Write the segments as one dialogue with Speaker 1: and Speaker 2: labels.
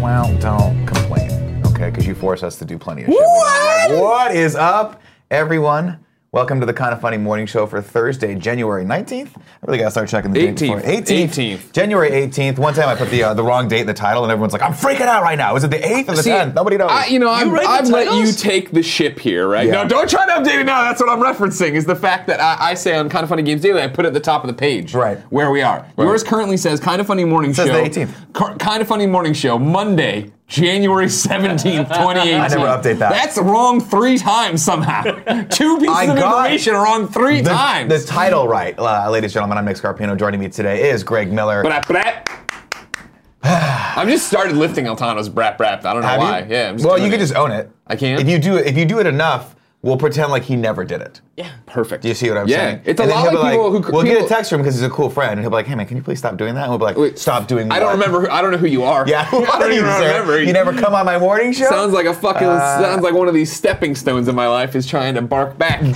Speaker 1: Well, don't complain, okay? Because you force us to do plenty of shit. we don't like. What is up, everyone? Welcome to the Kind of Funny Morning Show for Thursday, January 19th. I really gotta start checking the date before-
Speaker 2: 18th.
Speaker 1: 18th. January 18th. One time I put the uh, the wrong date in the title, and everyone's like, "I'm freaking out right now." Is it the 8th or the
Speaker 2: See,
Speaker 1: 10th? Nobody knows.
Speaker 2: I, you know, I've,
Speaker 3: write the
Speaker 2: I've let
Speaker 3: titles?
Speaker 2: you take the ship here, right?
Speaker 1: Yeah.
Speaker 2: No, don't try to update it now. That's what I'm referencing is the fact that I, I say on Kind of Funny Games Daily, I put it at the top of the page
Speaker 1: Right.
Speaker 2: where we are. Yours currently says Kind of Funny Morning
Speaker 1: says
Speaker 2: Show.
Speaker 1: the 18th.
Speaker 2: kind of Funny Morning Show, Monday, January 17th, 2018. I
Speaker 1: never update that.
Speaker 2: That's wrong three times somehow. Two pieces
Speaker 1: I
Speaker 2: of
Speaker 1: got
Speaker 2: information are wrong three
Speaker 1: the,
Speaker 2: times.
Speaker 1: the title right, uh, ladies and gentlemen. I'm Nick Scarpino. Joining me today is Greg Miller.
Speaker 2: Brap, brap. I've just started lifting Altano's brap brap. I don't know
Speaker 1: Have
Speaker 2: why.
Speaker 1: you?
Speaker 2: Yeah. I'm just
Speaker 1: well,
Speaker 2: doing
Speaker 1: you
Speaker 2: it.
Speaker 1: can just own it.
Speaker 2: I can?
Speaker 1: If you do it, if you do it enough, we'll pretend like he never did it.
Speaker 2: Yeah. Perfect.
Speaker 1: Do you see what I'm
Speaker 2: yeah.
Speaker 1: saying?
Speaker 2: It's a
Speaker 1: And then
Speaker 2: lot
Speaker 1: he'll
Speaker 2: like,
Speaker 1: be
Speaker 2: people who.
Speaker 1: We'll
Speaker 2: people,
Speaker 1: get a text from him because he's a cool friend, and he'll be like, "Hey man, can you please stop doing that?" And we'll be like,
Speaker 2: Wait.
Speaker 1: "Stop doing."
Speaker 2: I don't
Speaker 1: what?"
Speaker 2: remember. Who, I don't know who you are.
Speaker 1: Yeah,
Speaker 2: I don't even
Speaker 1: you say?
Speaker 2: remember.
Speaker 1: You never come Uh, on my morning show.
Speaker 2: sounds like a fucking. sounds like one of these stepping stones in my life is trying to bark back. And I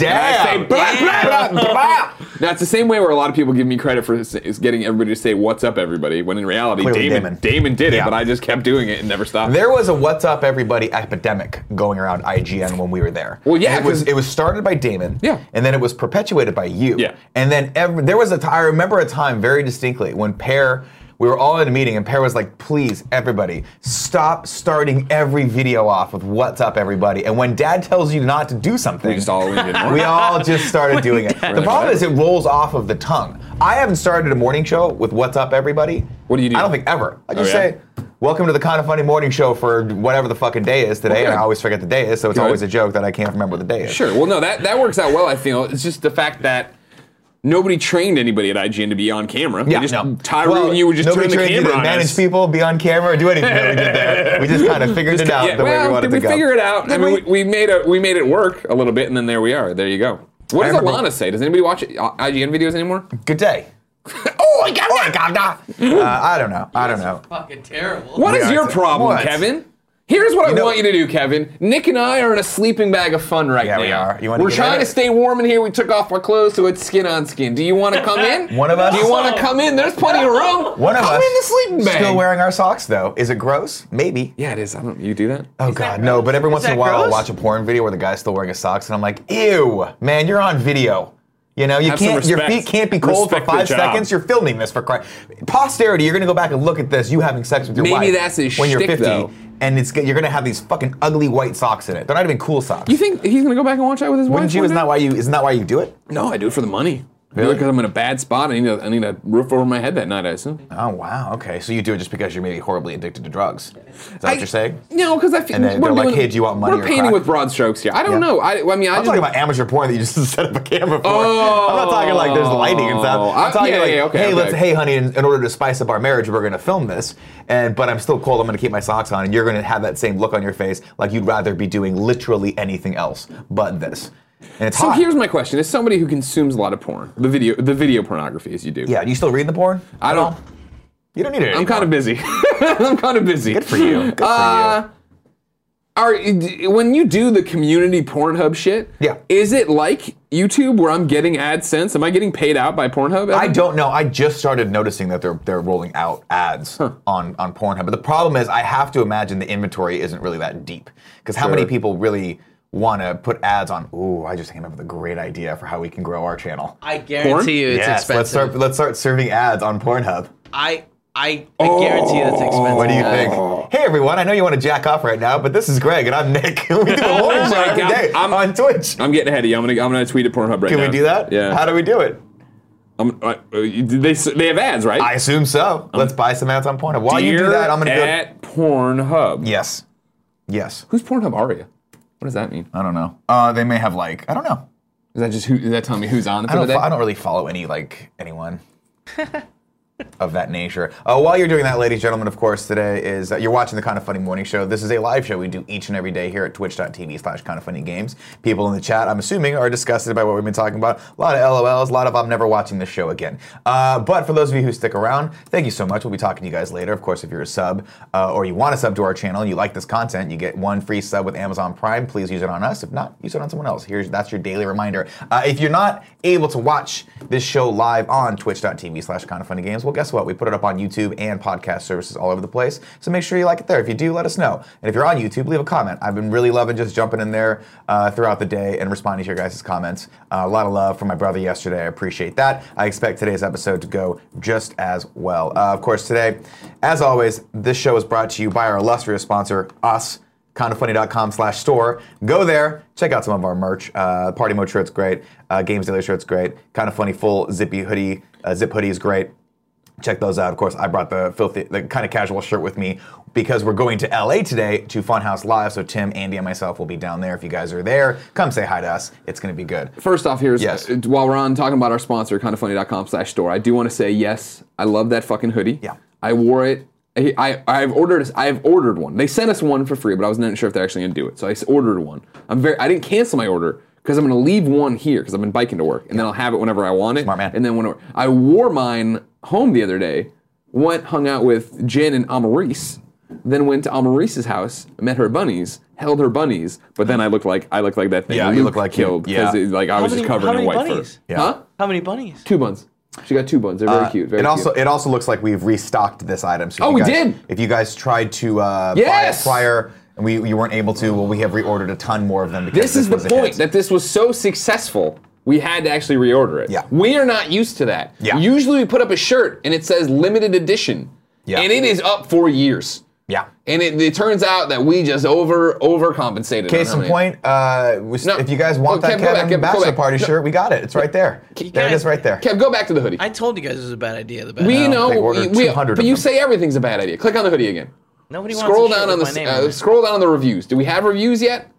Speaker 1: Damn.
Speaker 2: say, "Blah, blah, blah, blah."
Speaker 1: Blah.
Speaker 2: Now it's the same way where a lot of people give me credit for s- is getting everybody to say "What's up, everybody?" when in reality,
Speaker 1: Clearly
Speaker 2: Damon,
Speaker 1: Damon.
Speaker 2: did
Speaker 1: Yeah.
Speaker 2: it, but I just kept doing it and never stopped.
Speaker 1: There was a "What's Up, Everybody" epidemic going around IGN when we were there.
Speaker 2: Well, yeah,
Speaker 1: And it was
Speaker 2: 'cause-
Speaker 1: it was started by Damon.
Speaker 2: Yeah.
Speaker 1: and then it was perpetuated by you.
Speaker 2: Yeah.
Speaker 1: and then every, there was a t- I remember a time very distinctly when Pear. We were all in a meeting, and Pear was like, "Please, everybody, stop starting every video off with what's up, everybody." And when Dad tells you not to do something,
Speaker 2: we just all leaned in more.
Speaker 1: we all just started doing it. The problem is it rolls off of the tongue. I haven't started a morning show with "What's up, everybody."
Speaker 2: What do you do?
Speaker 1: I don't think ever. I just
Speaker 2: yeah?
Speaker 1: say, "Welcome to the kind of funny morning show for whatever the fucking day is today," and I
Speaker 2: Okay.
Speaker 1: always forget the day is, so it's
Speaker 2: Good.
Speaker 1: always a joke that I can't remember what the day is.
Speaker 2: Sure. Well, no, that, that works out well, I feel. It's just the fact that nobody trained anybody at IGN to be on camera. They
Speaker 1: Yeah,
Speaker 2: just,
Speaker 1: no.
Speaker 2: Tyrone
Speaker 1: Well,
Speaker 2: and you would just
Speaker 1: nobody
Speaker 2: turn the
Speaker 1: trained you
Speaker 2: camera
Speaker 1: to
Speaker 2: on
Speaker 1: manage
Speaker 2: us.
Speaker 1: people, be on camera, or do anything that we did there. We just kind of figured it out
Speaker 2: Yeah,
Speaker 1: the way
Speaker 2: well,
Speaker 1: we wanted to
Speaker 2: did we
Speaker 1: go.
Speaker 2: figure it out? I
Speaker 1: Did
Speaker 2: mean,
Speaker 1: we?
Speaker 2: we, we made it we made it work a little bit, and then there we are. There you go. What
Speaker 1: I
Speaker 2: does
Speaker 1: remember-
Speaker 2: Alana say? Does anybody watch uh, IGN videos anymore?
Speaker 1: Good day.
Speaker 2: oh, I got
Speaker 1: Oh, God, nah. uh, I don't know. I don't know.
Speaker 3: fucking terrible.
Speaker 2: What
Speaker 1: We
Speaker 2: is
Speaker 1: are
Speaker 2: your
Speaker 1: t-
Speaker 2: problem,
Speaker 1: what?
Speaker 2: Kevin? Here's what I
Speaker 1: know-
Speaker 2: want you to do, Kevin. Nick and I are in a sleeping bag of fun right
Speaker 1: Yeah,
Speaker 2: now.
Speaker 1: we are. You wanna
Speaker 2: We're
Speaker 1: get
Speaker 2: trying
Speaker 1: in
Speaker 2: to
Speaker 1: it?
Speaker 2: stay warm in here. We took off our clothes, so it's skin on skin. Do you want to come in?
Speaker 1: One of us.
Speaker 2: Do you want to come in? There's plenty of room.
Speaker 1: One of
Speaker 2: come
Speaker 1: us
Speaker 2: in the sleeping bag.
Speaker 1: still wearing our socks though. Is it gross? Maybe.
Speaker 2: yeah, it is. I don't. You do that?
Speaker 1: Oh
Speaker 3: that
Speaker 1: god, no!
Speaker 3: gross?
Speaker 1: But every
Speaker 3: Is
Speaker 1: once in a
Speaker 3: that
Speaker 1: while, I'll
Speaker 3: gross?
Speaker 1: watch a porn video where the guy's still wearing his socks, and I'm like, "Ew, man, you're on video. You know, you
Speaker 2: Have some
Speaker 1: can't. Your
Speaker 2: respect.
Speaker 1: feet can't be cold
Speaker 2: Respect
Speaker 1: for
Speaker 2: the
Speaker 1: five
Speaker 2: job.
Speaker 1: seconds. You're filming this for Christ. Posterity, you're gonna go back and look at this. You having sex with your
Speaker 2: Maybe
Speaker 1: wife.
Speaker 2: that's his
Speaker 1: when you're
Speaker 2: shtick,
Speaker 1: 50,
Speaker 2: though.
Speaker 1: and it's you're gonna have these fucking ugly white socks in it. They're not even cool socks.
Speaker 2: You think he's gonna go back and watch that with his
Speaker 1: Wouldn't
Speaker 2: wife?
Speaker 1: you?
Speaker 2: one
Speaker 1: Isn't
Speaker 2: day?
Speaker 1: that why you? Isn't that why you do it?
Speaker 2: No, I do it for the money.
Speaker 1: Really?
Speaker 2: Because I'm in a bad spot. I need a, I need a roof over my head that night. I assume.
Speaker 1: Oh wow. Okay. So you do it just because you're maybe horribly addicted to drugs. Is that
Speaker 2: I-
Speaker 1: what you're saying?
Speaker 2: No, because I feel
Speaker 1: And they-
Speaker 2: we're
Speaker 1: they're like,
Speaker 2: doing-
Speaker 1: "Hey, do you want money
Speaker 2: We're
Speaker 1: or
Speaker 2: painting
Speaker 1: crack?"
Speaker 2: with broad strokes here. I don't
Speaker 1: Yeah.
Speaker 2: know. I, I mean, I
Speaker 1: I'm
Speaker 2: just,
Speaker 1: talking about amateur porn that you just set up a camera for. I'm not talking like there's lighting and
Speaker 2: Oh,
Speaker 1: stuff. I'm
Speaker 2: I-
Speaker 1: talking
Speaker 2: yeah,
Speaker 1: like,
Speaker 2: yeah, okay,
Speaker 1: hey,
Speaker 2: okay.
Speaker 1: let's, hey, honey, in, in order to spice up our marriage, we're gonna film this, and but I'm still cold. I'm gonna keep my socks on, and you're gonna have that same look on your face, like you'd rather be doing literally anything else but this. And it's
Speaker 2: So
Speaker 1: hot.
Speaker 2: here's my question: As somebody who consumes a lot of porn, the video, the video pornography, as you do,
Speaker 1: yeah. Do you still read the porn?
Speaker 2: I
Speaker 1: at
Speaker 2: don't.
Speaker 1: all? You don't need it.
Speaker 2: I'm kind of busy. I'm kind of busy.
Speaker 1: good for you. Good for
Speaker 2: Uh,
Speaker 1: you.
Speaker 2: Are d- when you do the community Pornhub shit?
Speaker 1: Yeah.
Speaker 2: Is it like YouTube where I'm getting AdSense? Am I getting paid out by Pornhub? ever?
Speaker 1: I don't know. I just started noticing that they're they're rolling out ads on on Pornhub. But the problem is, I have to imagine the inventory isn't really that deep because how many
Speaker 2: Sure.
Speaker 1: people really want to put ads on? Ooh, I just came up with a great idea for how we can grow our channel.
Speaker 3: I guarantee you it's
Speaker 1: yes,
Speaker 3: expensive.
Speaker 1: let's start let's start serving ads on Pornhub.
Speaker 3: I I, I guarantee you that's expensive.
Speaker 1: Oh, What do you
Speaker 2: Oh.
Speaker 1: think? Hey everyone, I know you want to jack off right now, but this is Greg and I'm Nick. we do a whole show
Speaker 2: Oh my
Speaker 1: every
Speaker 2: God,
Speaker 1: day
Speaker 2: I'm-
Speaker 1: on Twitch.
Speaker 2: I'm getting ahead of you. I'm gonna I'm gonna tweet at Pornhub right
Speaker 1: Can
Speaker 2: now.
Speaker 1: we do that?
Speaker 2: Yeah.
Speaker 1: How do we do it?
Speaker 2: I'm, I, uh, you- they s- they have ads, right?
Speaker 1: I assume so. Let's buy some ads on Pornhub. While you do that, I'm gonna
Speaker 2: Um, Dear
Speaker 1: do it.
Speaker 2: at Pornhub.
Speaker 1: Yes. Yes.
Speaker 2: Who's Pornhub Aria? What does that mean?
Speaker 1: I don't know. Uh, they may have like I don't know.
Speaker 2: Is that just who? Is that telling me who's on it
Speaker 1: I
Speaker 2: for
Speaker 1: don't.
Speaker 2: the day?
Speaker 1: Fo- I don't really follow any like anyone of that nature. Uh, while you're doing that, ladies and gentlemen, of course, today is uh, you're watching the Kind of Funny Morning Show. This is a live show we do each and every day here at Twitch.tv/slash Kind of Funny Games. People in the chat, I'm assuming, are disgusted by what we've been talking about. A lot of LOLs. A lot of I'm never watching this show again. Uh, but for those of you who stick around, thank you so much. We'll be talking to you guys later. Of course, if you're a sub uh, or you want to sub to our channel, and you like this content, you get one free sub with Amazon Prime. Please use it on us. If not, use it on someone else. Here's that's your daily reminder. Uh, if you're not able to watch this show live on Twitch.tv/slash Kind of Funny Games, we'll well, guess what? We put it up on YouTube and podcast services all over the place. So make sure you like it there. If you do, let us know. And if you're on YouTube, leave a comment. I've been really loving just jumping in there uh, throughout the day and responding to your guys' comments. Uh, a lot of love from my brother yesterday. I appreciate that. I expect today's episode to go just as well. Uh, of course, today, as always, this show is brought to you by our illustrious sponsor, us kindoffunny.com slash store. Go there, check out some of our merch. Uh, Party Mode shirt's great. Uh, Games Daily shirt's great. Kind of Funny full zippy hoodie, uh, zip hoodie is great. Check those out. Of course, I brought the filthy, the kind of casual shirt with me because we're going to LA today to Funhouse Live. So Tim, Andy, and myself will be down there. If you guys are there, come say hi to us. It's going to be good.
Speaker 2: First off, here's
Speaker 1: Yes.
Speaker 2: uh, while we're on talking about our sponsor, kindoffunny.com slash store. I do want to say yes, I love that fucking hoodie.
Speaker 1: Yeah.
Speaker 2: I wore it. I, I I've ordered I've ordered one. They sent us one for free, but I wasn't sure if they're actually gonna do it. So I s- ordered one. I'm very I didn't cancel my order because I'm gonna leave one here because I've been biking to work, and then I'll have it whenever I want it.
Speaker 1: Smart man.
Speaker 2: And then whenever I wore mine home the other day, went hung out with Jen and Amaris, then went to Amaris's house, met her bunnies, held her bunnies, but then I looked like I looked like that thing.
Speaker 1: Yeah, you
Speaker 2: Luke
Speaker 1: look like you-
Speaker 2: killed
Speaker 1: yeah.
Speaker 2: because like I
Speaker 3: How
Speaker 2: was
Speaker 3: many-
Speaker 2: just covered
Speaker 3: how
Speaker 2: in
Speaker 3: many
Speaker 2: white
Speaker 3: bunnies?
Speaker 2: fur.
Speaker 1: Yeah.
Speaker 2: Huh?
Speaker 3: How many bunnies?
Speaker 2: Two buns. She got two buns. They're very cute. Very
Speaker 1: it also
Speaker 2: cute.
Speaker 1: it also looks like we've restocked this item. So if
Speaker 2: Oh,
Speaker 1: you
Speaker 2: we
Speaker 1: guys-
Speaker 2: did?
Speaker 1: If you guys tried to uh, buy it
Speaker 2: Yes!
Speaker 1: prior and we you weren't able to, well, we have reordered a ton more of them. Because
Speaker 2: this is the
Speaker 1: was a hit.
Speaker 2: point that this was so successful. We had to actually reorder it.
Speaker 1: Yeah.
Speaker 2: We are not used to that.
Speaker 1: Yeah.
Speaker 2: Usually we put up a shirt and it says limited edition.
Speaker 1: Yeah.
Speaker 2: And it is up for years.
Speaker 1: yeah.
Speaker 2: And it, it turns out that we just over overcompensated. on
Speaker 1: Case
Speaker 2: how
Speaker 1: in
Speaker 2: many-
Speaker 1: point, uh, was,
Speaker 2: No.
Speaker 1: if you guys want
Speaker 2: Oh,
Speaker 1: that
Speaker 2: Kev, go back,
Speaker 1: Kevin
Speaker 2: Kev, go
Speaker 1: bachelor
Speaker 2: back.
Speaker 1: party
Speaker 2: No.
Speaker 1: shirt, we got it. It's right there. There it
Speaker 3: guys-
Speaker 1: is, right there.
Speaker 2: Kev, go back to the hoodie.
Speaker 3: I told you guys this was a bad idea. The bad
Speaker 2: we know.
Speaker 1: they ordered
Speaker 2: we,
Speaker 1: 200
Speaker 2: but
Speaker 1: of
Speaker 2: you
Speaker 1: them.
Speaker 2: say everything's a bad idea. Click on the hoodie again.
Speaker 3: Nobody
Speaker 2: scroll
Speaker 3: wants a shirt
Speaker 2: down on the
Speaker 3: with
Speaker 2: s-
Speaker 3: my name
Speaker 2: uh,
Speaker 3: on it.
Speaker 2: scroll down on the reviews. Do we have reviews yet?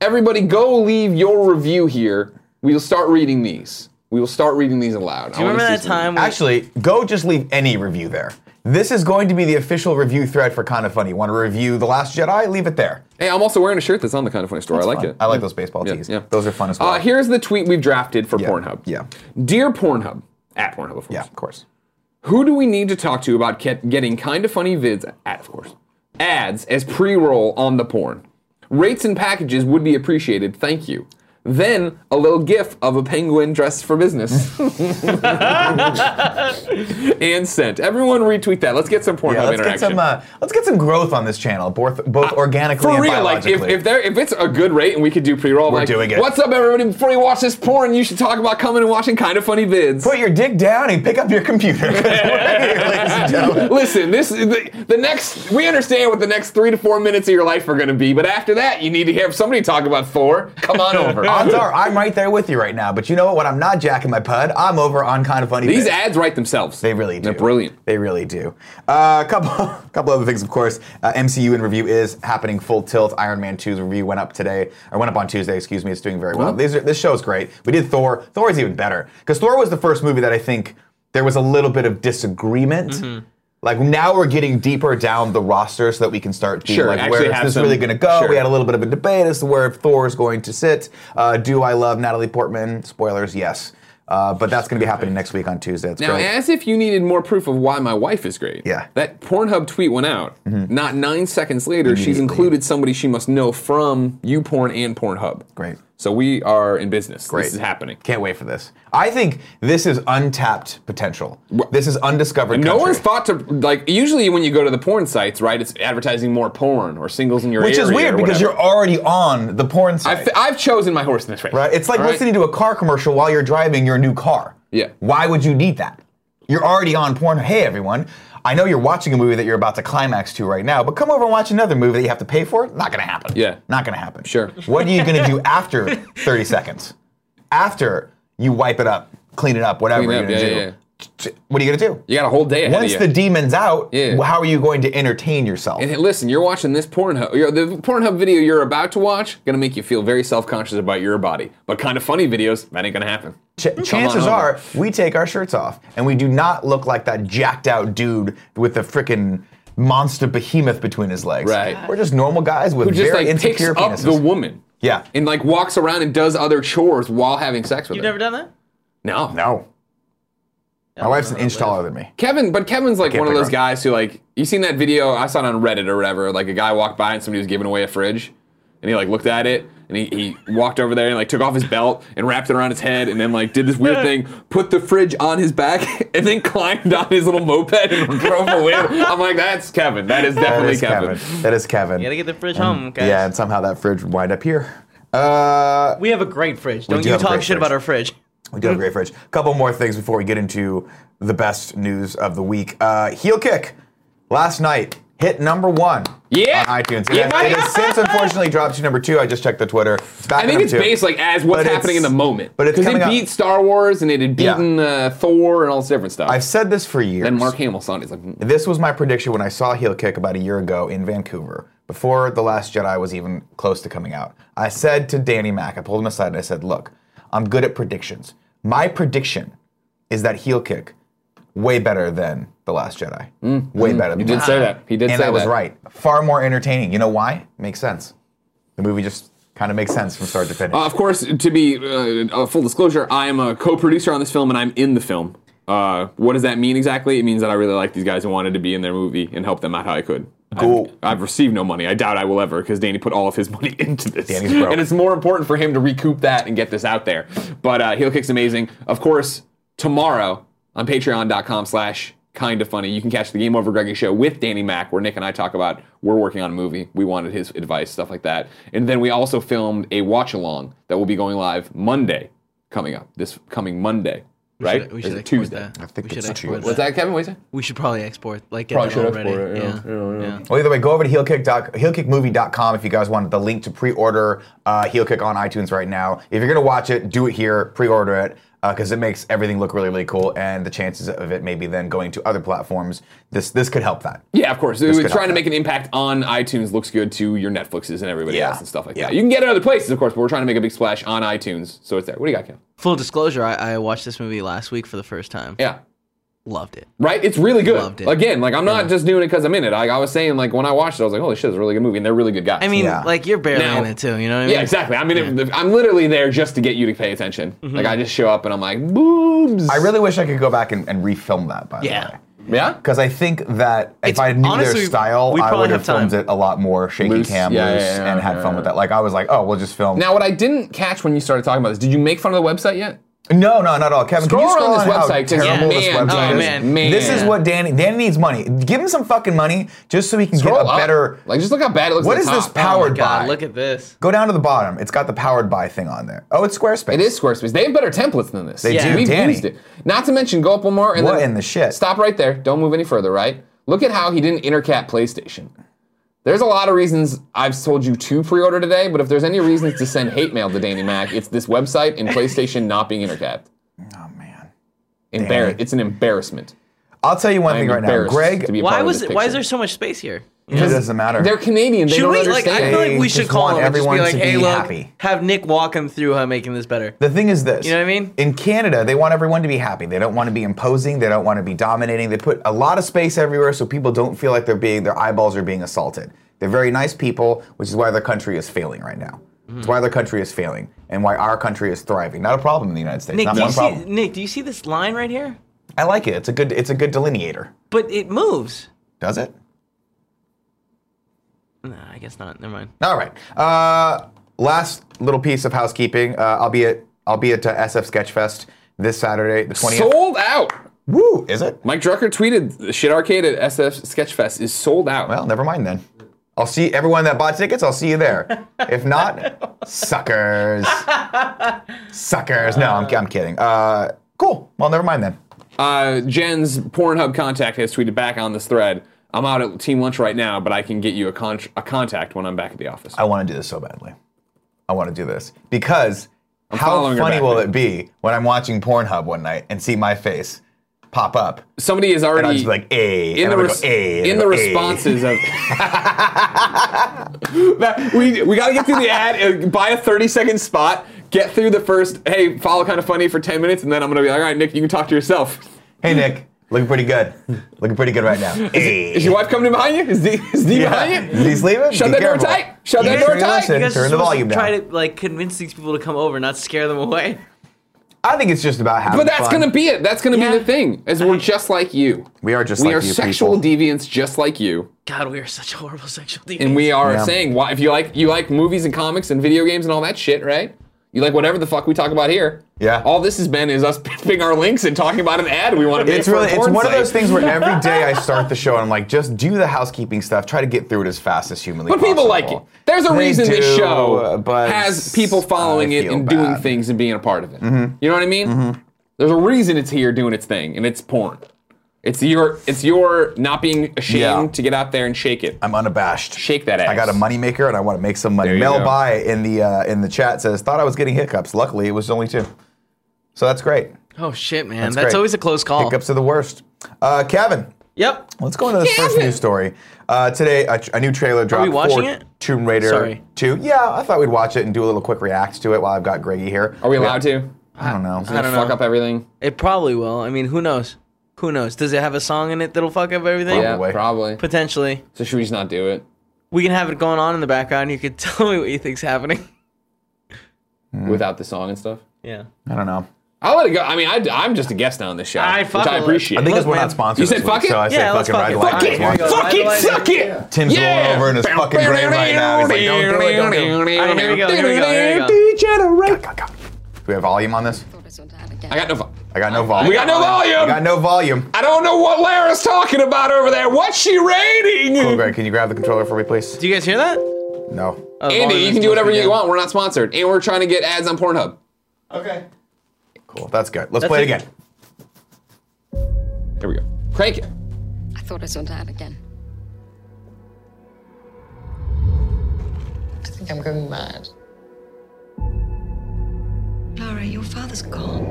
Speaker 2: Everybody, go leave your review here. We will start reading these. We will start reading these aloud.
Speaker 3: Do you remember that time? we-
Speaker 1: Actually, go just leave any review there. This is going to be the official review thread for Kind of Funny. Want to review The Last Jedi? Leave it there.
Speaker 2: Hey, I'm also wearing a shirt that's on the kind of funny store. I like
Speaker 1: Fun.
Speaker 2: it.
Speaker 1: I like those baseball tees.
Speaker 2: yeah.
Speaker 1: Those are fun as well.
Speaker 2: Uh, here's the tweet we've drafted for
Speaker 1: Yeah,
Speaker 2: Pornhub.
Speaker 1: yeah.
Speaker 2: Dear Pornhub, at Pornhub, of course.
Speaker 1: yeah, of course.
Speaker 2: Who do we need to talk to about get, getting kind of funny vids, ad, of course, ads as pre roll on the porn? Rates and packages would be appreciated. Thank you. Then a little gif of a penguin dressed for business. and sent. Everyone retweet that. Let's get some Pornhub
Speaker 1: Yeah, let's
Speaker 2: interaction. Uh,
Speaker 1: get some. Uh, let's get some growth on this channel, both both organically
Speaker 2: For
Speaker 1: and
Speaker 2: real, like
Speaker 1: biologically.
Speaker 2: if, if there if it's a good rate and we could do pre-roll, we're like,
Speaker 1: doing it.
Speaker 2: What's up, everybody? Before you watch this porn, you should talk about coming and watching kind of funny vids.
Speaker 1: Put your dick down and pick up your computer. 'cause we're here, ladies and gentlemen.
Speaker 2: Listen, this the, the next. We understand what the next three to four minutes of your life are going to be, but after that, you need to hear somebody talk about Thor. Come on over.
Speaker 1: Odds are I'm right there with you right now, but you know what? When I'm not jacking my pud, I'm over on kind of funny.
Speaker 2: These
Speaker 1: Bits.
Speaker 2: ads write themselves.
Speaker 1: They really do.
Speaker 2: They're brilliant.
Speaker 1: They really do. Uh, a couple, couple other things, of course. Uh, MCU in review is happening full tilt. Iron Man 2's review went up today, or went up on Tuesday. Excuse me. It's doing very well.
Speaker 2: Mhm.
Speaker 1: These are, this show's great. We did Thor. Thor is even better because Thor was the first movie that I think there was a little bit of disagreement.
Speaker 2: Mm-hmm.
Speaker 1: Like now we're getting deeper down the roster so that we can start being
Speaker 2: Sure,
Speaker 1: like,
Speaker 2: actually
Speaker 1: where is
Speaker 2: have
Speaker 1: this
Speaker 2: some-
Speaker 1: really going to go? We
Speaker 2: sure.
Speaker 1: had a little bit of a debate as to where Thor is going to sit. Uh, do I love Natalie Portman? Spoilers, yes. Uh, but that's going to be happening next week on Tuesday. It's
Speaker 2: Now,
Speaker 1: great.
Speaker 2: as if you needed more proof of why my wife is great.
Speaker 1: Yeah. Mm-hmm.
Speaker 2: That Pornhub tweet went out. Not nine seconds later, she's included somebody she must know from YouPorn and Pornhub.
Speaker 1: Great.
Speaker 2: So we are in business.
Speaker 1: Great.
Speaker 2: This is happening.
Speaker 1: Can't wait for this. I think this is untapped potential. This is undiscovered.
Speaker 2: No
Speaker 1: country.
Speaker 2: one's thought to like. Usually, when you go to the porn sites, right? It's advertising more porn or singles in your
Speaker 1: which
Speaker 2: area,
Speaker 1: is weird
Speaker 2: or
Speaker 1: because
Speaker 2: whatever.
Speaker 1: you're already on the porn
Speaker 2: I've,
Speaker 1: site.
Speaker 2: fi- I've chosen my horse in this race.
Speaker 1: right? It's like
Speaker 2: All right?
Speaker 1: listening to a car commercial while you're driving your new car.
Speaker 2: Yeah.
Speaker 1: Why would you need that? You're already on porn. Hey everyone, I know you're watching a movie that you're about to climax to right now, but come over and watch another movie that you have to pay for. Not gonna happen.
Speaker 2: Yeah.
Speaker 1: Not gonna happen.
Speaker 2: Sure.
Speaker 1: What are you gonna do after 30 seconds? After you wipe it up, clean it up, whatever
Speaker 2: Clean
Speaker 1: you're
Speaker 2: up,
Speaker 1: gonna
Speaker 2: yeah,
Speaker 1: do.
Speaker 2: yeah, yeah.
Speaker 1: T- t- What are you gonna do?
Speaker 2: You got a whole day ahead
Speaker 1: Once
Speaker 2: of
Speaker 1: the
Speaker 2: you.
Speaker 1: demon's out,
Speaker 2: Yeah.
Speaker 1: how are you going to entertain yourself?
Speaker 2: and hey, listen, you're watching this Pornhub. You're, the Pornhub video you're about to watch gonna make you feel very self-conscious about your body. But kind of funny videos that ain't gonna happen.
Speaker 1: Ch- chances
Speaker 2: over.
Speaker 1: are we take our shirts off and we do not look like that jacked out dude with the frickin' monster behemoth between his legs.
Speaker 2: Right.
Speaker 1: We're just normal guys with
Speaker 2: Who just
Speaker 1: very
Speaker 2: like picks
Speaker 1: insecure
Speaker 2: up
Speaker 1: penises.
Speaker 2: the woman.
Speaker 1: yeah.
Speaker 2: And like walks around and does other chores while having sex with
Speaker 3: You've
Speaker 2: her.
Speaker 3: never done that?
Speaker 2: no,
Speaker 1: no. My wife's an inch taller than me.
Speaker 2: Kevin, but Kevin's like
Speaker 1: can't
Speaker 2: one of
Speaker 1: pick
Speaker 2: those
Speaker 1: on-
Speaker 2: guys who like you seen that video I saw it on Reddit or whatever. Like a guy walked by and somebody was giving away a fridge, and he like looked at it and he, he walked over there and like took off his belt and wrapped it around his head and then like did this weird thing, put the fridge on his back, and then climbed on his little moped and drove away. I'm like, that's Kevin. That is
Speaker 1: That
Speaker 2: definitely
Speaker 1: is Kevin. That is Kevin.
Speaker 3: Gotta get the fridge
Speaker 2: Mm.
Speaker 3: home, guys.
Speaker 1: yeah, and somehow that fridge would wind up here. Uh,
Speaker 3: We have a great fridge. Don't
Speaker 1: do
Speaker 3: you
Speaker 1: have a
Speaker 3: talk
Speaker 1: great
Speaker 3: shit
Speaker 1: fridge.
Speaker 3: about our fridge.
Speaker 1: we do have a great fridge. Couple more things before we get into the best news of the week. Uh, heel kick last night hit number one.
Speaker 2: Yeah.
Speaker 1: on iTunes. It,
Speaker 2: Yeah,
Speaker 1: has, it
Speaker 2: buddy.
Speaker 1: has since unfortunately dropped to number two. I just checked the Twitter. It's back
Speaker 2: I
Speaker 1: at
Speaker 2: think
Speaker 1: number
Speaker 2: it's
Speaker 1: two.
Speaker 2: based like as what's
Speaker 1: But it's-
Speaker 2: happening in the moment.
Speaker 1: but it's
Speaker 2: because
Speaker 1: coming
Speaker 2: it
Speaker 1: up-
Speaker 2: beat Star Wars and it had
Speaker 1: Yeah.
Speaker 2: beaten uh, Thor and all this different stuff.
Speaker 1: I've said this for years.
Speaker 2: and Mark Hamill saw it. He's like, "Mm."
Speaker 1: This was my prediction when I saw Heel Kick about a year ago in Vancouver, before The Last Jedi was even close to coming out. I said to Danny Mack, I pulled him aside and I said, Look, I'm good at predictions. My prediction is that Heel Kick, way better than The Last Jedi. Way better than
Speaker 2: Mm, he did say that. He did
Speaker 1: And
Speaker 2: say
Speaker 1: I was
Speaker 2: that.
Speaker 1: right. Far more entertaining. You know why? Makes sense. The movie just kind of makes sense from start to finish.
Speaker 2: Uh, of course, to be uh, uh, full disclosure, I am a co-producer on this film, and I'm in the film. Uh, what does that mean exactly? It means that I really like these guys and wanted to be in their movie and help them out how I could. I've-
Speaker 1: Cool.
Speaker 2: I've, received no money. I doubt I will ever because Danny put all of his money into this,
Speaker 1: Danny's broke.
Speaker 2: and it's more important for him to recoup that and get this out there. But uh, heel kick's amazing. Of course, tomorrow on Patreon.com/slash Kinda funny. You can catch the Game Over Greggy show with Danny Mack, where Nick and I talk about we're working on a movie. We wanted his advice, stuff like that. And then we also filmed a watch along that will be going live Monday, coming up this coming Monday, right?
Speaker 3: We
Speaker 2: Or is
Speaker 3: should
Speaker 2: it
Speaker 3: export
Speaker 2: Tuesday.
Speaker 3: that. I
Speaker 1: think
Speaker 3: we should
Speaker 1: it's
Speaker 3: export
Speaker 1: Tuesday.
Speaker 2: What's that, Kevin? What you say?
Speaker 3: We should probably export. Like, get
Speaker 2: Probably
Speaker 3: that
Speaker 2: should
Speaker 3: already.
Speaker 2: export it, yeah, yeah, yeah.
Speaker 1: Well, either way, go over to heelkick doc, heelkickmovie.com if you guys want the link to pre-order uh, Heel Kick on iTunes right now. If you're gonna watch it, do it here, pre-order it because it makes everything look really, really cool, and the chances of it maybe then going to other platforms, this this could help that.
Speaker 2: Yeah, of course. We're
Speaker 1: could
Speaker 2: trying to
Speaker 1: help.
Speaker 2: make an impact on iTunes looks good to your Netflixes and everybody
Speaker 1: Yeah.
Speaker 2: else and stuff like
Speaker 1: Yeah.
Speaker 2: that. You can get it other places, of course, but we're trying to make a big splash on iTunes, so it's there. What do you got, Kevin?
Speaker 3: Full disclosure, I, I watched this movie last week for the first time.
Speaker 2: Yeah.
Speaker 3: Loved it.
Speaker 2: Right? It's really good.
Speaker 3: Loved it.
Speaker 2: Again, like I'm not just doing it because I'm in it. Like I was saying, like when I watched it, I was like, holy shit, it's a really good movie, and they're really good guys.
Speaker 3: I mean,
Speaker 1: Yeah.
Speaker 3: like, you're barely
Speaker 2: Now-
Speaker 3: in it, too. You know what I mean?
Speaker 2: yeah, Mm-hmm. exactly. I mean, it- I'm literally there just to get you to pay attention. Like I just show up and I'm like, boobs.
Speaker 1: I really wish I could go back and, and refilm that. By
Speaker 3: Yeah.
Speaker 1: the way.
Speaker 2: yeah.
Speaker 1: Because I think that if
Speaker 3: It's-
Speaker 1: I knew
Speaker 3: honestly,
Speaker 1: their style,
Speaker 3: we
Speaker 1: I
Speaker 3: probably
Speaker 1: would
Speaker 3: have
Speaker 1: have filmed
Speaker 3: time.
Speaker 1: it a lot more shaky
Speaker 2: Loose.
Speaker 1: cam
Speaker 2: Yeah, yeah,
Speaker 1: loose
Speaker 2: yeah,
Speaker 1: and had
Speaker 2: yeah,
Speaker 1: fun
Speaker 2: yeah.
Speaker 1: with that. Like I was like, oh, we'll just film.
Speaker 2: Now, what I didn't catch when you started talking about this, did you make fun of the website yet?
Speaker 1: No, no, not at all. Kevin, can
Speaker 2: Scroll
Speaker 1: you scroll
Speaker 2: on this
Speaker 1: how
Speaker 2: website, 'cause
Speaker 1: terrible
Speaker 2: man,
Speaker 1: this website
Speaker 3: oh,
Speaker 1: is?
Speaker 3: man,
Speaker 2: man.
Speaker 1: This is what Danny. Danny needs money. Give him some fucking money just so he can
Speaker 2: Scroll
Speaker 1: get a
Speaker 2: up.
Speaker 1: better.
Speaker 2: Like, just look how bad it looks.
Speaker 1: What
Speaker 2: at
Speaker 1: is
Speaker 2: the
Speaker 1: this
Speaker 2: top.
Speaker 1: powered by?
Speaker 3: Oh God, look at this.
Speaker 1: Go down to the bottom. It's got the powered by thing on there. Oh, it's Squarespace.
Speaker 2: It is Squarespace. They have better templates than this. They
Speaker 1: do,
Speaker 2: We've
Speaker 1: Danny.
Speaker 2: used it. Not to mention, go up one more and
Speaker 1: What
Speaker 2: then
Speaker 1: in the shit?
Speaker 2: Stop right there. Don't move any further. Right. Look at how he didn't intercat PlayStation. There's a lot of reasons I've told you to pre-order today, but if there's any reasons to send hate mail to Danny Mac, it's this website and PlayStation not being intercapped.
Speaker 1: Oh man.
Speaker 2: Embar-
Speaker 1: Danny.
Speaker 2: it's an embarrassment.
Speaker 1: I'll tell you one
Speaker 2: I'm
Speaker 1: thing right now,
Speaker 2: embarrassed
Speaker 1: Greg.
Speaker 2: to be a
Speaker 3: Why
Speaker 2: part of
Speaker 3: was
Speaker 2: this
Speaker 3: it, why is
Speaker 2: picture.
Speaker 3: there so much space here?
Speaker 1: it doesn't matter.
Speaker 2: They're Canadian. They
Speaker 3: Should
Speaker 2: don't
Speaker 3: we like?
Speaker 2: understand.
Speaker 3: I feel like
Speaker 1: They
Speaker 3: we
Speaker 1: just
Speaker 3: should call
Speaker 1: want
Speaker 3: him and just be
Speaker 1: everyone
Speaker 3: like,
Speaker 1: to
Speaker 3: "Hey,
Speaker 1: be
Speaker 3: look,
Speaker 1: happy."
Speaker 3: have Nick walk him through how making this better."
Speaker 1: The thing is this.
Speaker 3: You know what I mean?
Speaker 1: In Canada, they want everyone to be happy. They don't want to be imposing. They don't want to be dominating. They put a lot of space everywhere so people don't feel like they're being their eyeballs are being assaulted. They're very nice people, which is why their country is failing right now.
Speaker 3: Mm-hmm.
Speaker 1: It's why their country is failing and why our country is thriving. Not a problem in the United States.
Speaker 3: Nick,
Speaker 1: not
Speaker 3: do you
Speaker 1: one
Speaker 3: see?
Speaker 1: problem.
Speaker 3: Nick, do you see this line right here?
Speaker 1: I like it. It's a good. It's a good delineator.
Speaker 3: But it moves.
Speaker 1: Does it?
Speaker 3: Nah, I guess not. Never mind.
Speaker 1: All right. Uh, last little piece of housekeeping. Uh, I'll be at I'll be at uh, SF Sketchfest this Saturday, the twentieth.
Speaker 2: sold out.
Speaker 1: Woo! Is it?
Speaker 2: Mike Drucker tweeted, "The "Shit Arcade at SF Sketchfest is sold out."
Speaker 1: Well, never mind then. I'll see everyone that bought tickets. I'll see you there. If not, suckers, suckers. No, I'm, I'm kidding. Uh, cool. Well, never mind then.
Speaker 2: Uh, Jen's Pornhub contact has tweeted back on this thread. I'm out at team lunch right now, but I can get you a, con- a contact when I'm back at the office.
Speaker 1: I want to do this so badly. I want to do this because how
Speaker 2: following her
Speaker 1: funny
Speaker 2: back,
Speaker 1: will
Speaker 2: man.
Speaker 1: it be when I'm watching Pornhub one night and see my face pop up
Speaker 2: Somebody is
Speaker 1: and I'll
Speaker 2: already
Speaker 1: just be like, "Hey,"
Speaker 2: in
Speaker 1: and
Speaker 2: the,
Speaker 1: I'm gonna
Speaker 2: res-
Speaker 1: go, "Hey," and
Speaker 2: in
Speaker 1: I'll
Speaker 2: the
Speaker 1: go, eh. "Hey."
Speaker 2: responses of. That- we we got to get through the ad, uh, buy a 30 second spot, get through the first, hey, follow kind of funny for 10 minutes, and then I'm going to be like, all right, Nick, you can talk to yourself.
Speaker 1: Hey Nick, looking pretty good. Looking pretty good right now. Hey.
Speaker 2: Is your wife coming in behind you? Is D, is D behind you?
Speaker 1: Is he sleeping?
Speaker 2: Shut
Speaker 1: Be
Speaker 2: that
Speaker 1: careful.
Speaker 2: door tight. Shut
Speaker 1: You
Speaker 2: that
Speaker 1: guys
Speaker 2: door
Speaker 1: really
Speaker 2: tight.
Speaker 1: listen.
Speaker 3: You guys
Speaker 1: turn
Speaker 3: are
Speaker 1: the
Speaker 3: supposed
Speaker 1: volume
Speaker 3: to try
Speaker 1: down.
Speaker 3: to like convince these people to come over, not scare them away.
Speaker 1: I think it's just about having
Speaker 2: But that's
Speaker 1: fun.
Speaker 2: gonna be it. That's gonna
Speaker 4: Yeah.
Speaker 2: be the thing. Is we're just like you.
Speaker 1: We are just
Speaker 2: we
Speaker 1: like
Speaker 2: are
Speaker 1: you
Speaker 2: sexual
Speaker 1: people.
Speaker 2: deviants, just like you.
Speaker 4: God, we are such horrible sexual deviants.
Speaker 2: And we are
Speaker 1: Yeah.
Speaker 2: saying why if you like you like movies and comics and video games and all that shit, right? You like whatever the fuck we talk about here.
Speaker 1: Yeah.
Speaker 2: All this has been is us pimping our links and talking about an ad we want to make.
Speaker 1: It's
Speaker 2: for a
Speaker 1: really it's
Speaker 2: porn
Speaker 1: one of
Speaker 2: site.
Speaker 1: those things where every day I start the show and I'm like, just do the housekeeping stuff. Try to get through it as fast as humanly
Speaker 2: But
Speaker 1: possible.
Speaker 2: people like it. There's a
Speaker 1: They
Speaker 2: reason this
Speaker 1: do,
Speaker 2: show
Speaker 1: uh, but
Speaker 2: has people following
Speaker 1: I
Speaker 2: it
Speaker 1: feel
Speaker 2: and doing
Speaker 1: bad. Mm-hmm.
Speaker 2: things and being a part of it. You know what I mean? There's a reason it's here doing its thing, and it's porn. It's your it's your not being ashamed
Speaker 1: Yeah.
Speaker 2: to get out there and shake it.
Speaker 1: I'm unabashed.
Speaker 2: Shake that ass.
Speaker 1: I got a moneymaker and I want to make some money.
Speaker 2: you
Speaker 1: Mel
Speaker 2: go.
Speaker 1: By in the uh, in the chat says, thought I was getting hiccups. Luckily, it was only two. So that's great.
Speaker 4: oh shit, man, that's,
Speaker 1: great.
Speaker 4: always a close call.
Speaker 1: Hiccups are the worst. Uh, Kevin,
Speaker 4: Yep.
Speaker 1: let's go into this first
Speaker 2: Kevin!
Speaker 1: news story. Uh, today, a, a new trailer dropped
Speaker 4: watching
Speaker 1: for
Speaker 4: it?
Speaker 1: Tomb Raider
Speaker 4: Sorry.
Speaker 1: 2. Yeah, I thought we'd watch it and do a little quick react to it while I've got Greggy here.
Speaker 2: Are we allowed to?
Speaker 1: I don't know.
Speaker 2: I
Speaker 4: don't
Speaker 2: fuck
Speaker 4: know.
Speaker 2: up everything.
Speaker 4: It probably will. I mean, who knows? Who knows? Does it have a song in it that'll fuck up everything?
Speaker 2: Yeah,
Speaker 1: Probably.
Speaker 2: probably.
Speaker 4: Potentially.
Speaker 2: So should we just not do it?
Speaker 4: We can have it going on in the background. You could tell me what you think's happening.
Speaker 1: Hmm.
Speaker 2: without the song and stuff.
Speaker 4: Yeah.
Speaker 1: I don't know.
Speaker 2: I'll let it go. I mean, I, am just a guest now on this show,
Speaker 4: I
Speaker 2: which
Speaker 4: fuck
Speaker 2: I
Speaker 4: it.
Speaker 2: appreciate.
Speaker 1: I think
Speaker 4: Look,
Speaker 1: it's we're
Speaker 4: man.
Speaker 1: not sponsored.
Speaker 2: You said
Speaker 1: this week,
Speaker 2: fuck it?
Speaker 1: So I say
Speaker 4: Yeah, let's
Speaker 1: fucking
Speaker 4: fuck
Speaker 1: ride
Speaker 4: it.
Speaker 1: the light.
Speaker 4: Fuck it.
Speaker 1: Let's watch
Speaker 4: Here we go. Fuck it, suck
Speaker 2: it!
Speaker 1: Tim's going over in his fucking grave right now. He's like, don't do it, don't do it.
Speaker 2: Oh,
Speaker 4: Alright, here we go, here we go, here we go.
Speaker 2: Degenerate.
Speaker 1: Go, go. Do we have volume on this?
Speaker 2: I got no fu-
Speaker 1: I got no volume.
Speaker 2: We got no
Speaker 1: I got
Speaker 2: volume.
Speaker 1: no volume.
Speaker 2: I don't know what Lara's talking about over there. What's she
Speaker 1: Cool,
Speaker 2: rating?
Speaker 1: Oh, Greg, can you grab the controller for me, please?
Speaker 4: Do you guys hear that?
Speaker 1: No.
Speaker 2: Andy, you can do whatever you want. We're not sponsored, and we're trying to get ads on Pornhub.
Speaker 1: Okay. Cool. That's good. Let's
Speaker 4: That's
Speaker 1: play it
Speaker 4: it.
Speaker 1: again.
Speaker 2: Here we go. Crank it.
Speaker 3: I thought I saw Dad again.
Speaker 5: I think I'm going mad.
Speaker 6: Laura, your father's gone.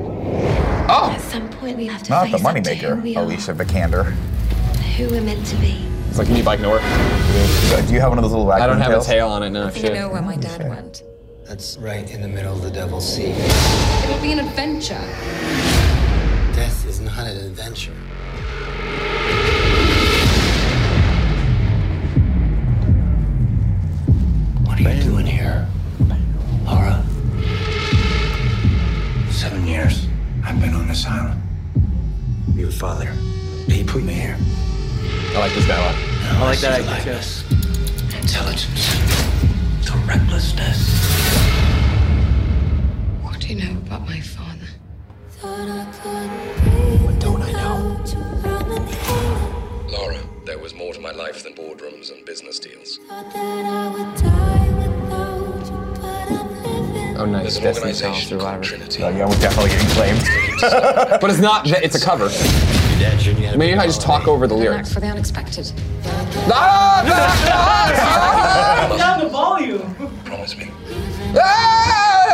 Speaker 2: Oh,
Speaker 6: At some point, we have to
Speaker 1: Not the
Speaker 6: face up to who
Speaker 1: moneymaker,
Speaker 6: we are,
Speaker 1: Alicia Vikander.
Speaker 6: who we're meant to be.
Speaker 2: it's like you need bike nowhere.
Speaker 1: Uh, Do you have one of those little
Speaker 2: I don't have a
Speaker 1: tails?
Speaker 2: tail on it now.
Speaker 6: You know
Speaker 2: Shit.
Speaker 6: where my dad went.
Speaker 7: That's right in the middle of the Devil's Sea.
Speaker 3: It'll be an adventure.
Speaker 7: Death is not an adventure. What are you doing here, Laura? Seven years I've been on this island. Your father, he put me here.
Speaker 2: I like this guy a lot.
Speaker 7: I
Speaker 4: like that idea, too.
Speaker 7: Lightness, intelligence, the recklessness.
Speaker 3: What do you know about my father?
Speaker 6: What
Speaker 7: don't I know?
Speaker 8: Laura, there was more to my life than boardrooms and business deals.
Speaker 2: Oh, nice.
Speaker 8: There's an
Speaker 2: Destiny's Child
Speaker 8: organization called
Speaker 2: Survivor.
Speaker 8: Trinity.
Speaker 1: Oh, yeah, we're definitely getting claimed.
Speaker 2: But it's not. that- It's a cover. Maybe I just talk over the
Speaker 3: Back
Speaker 2: lyrics.
Speaker 3: for the unexpected.
Speaker 2: Ah, ah,
Speaker 4: Down the volume.
Speaker 8: Promise me.
Speaker 2: ah.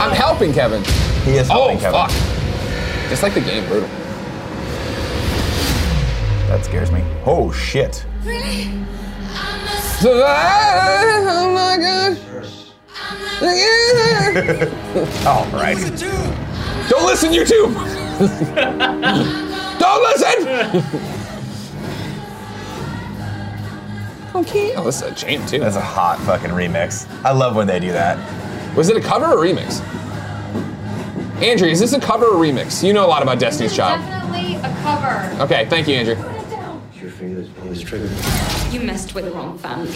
Speaker 2: I'm helping Kevin.
Speaker 1: He is
Speaker 2: Oh
Speaker 1: helping Kevin.
Speaker 2: fuck! Just like the game, brutal.
Speaker 1: That scares me. Oh shit.
Speaker 2: Oh my gosh!
Speaker 1: All right.
Speaker 2: Don't listen, YouTube. Don't listen. okay. Oh, this is a jam too.
Speaker 1: That's a hot fucking remix. I love when they do that.
Speaker 2: Was it a cover or remix? Andrew, is this a cover or remix? You know a lot about Destiny's Child.
Speaker 3: Definitely a cover.
Speaker 2: Okay, thank you, Andrew.
Speaker 7: Your finger is pulling this trigger.
Speaker 3: You messed with the wrong family.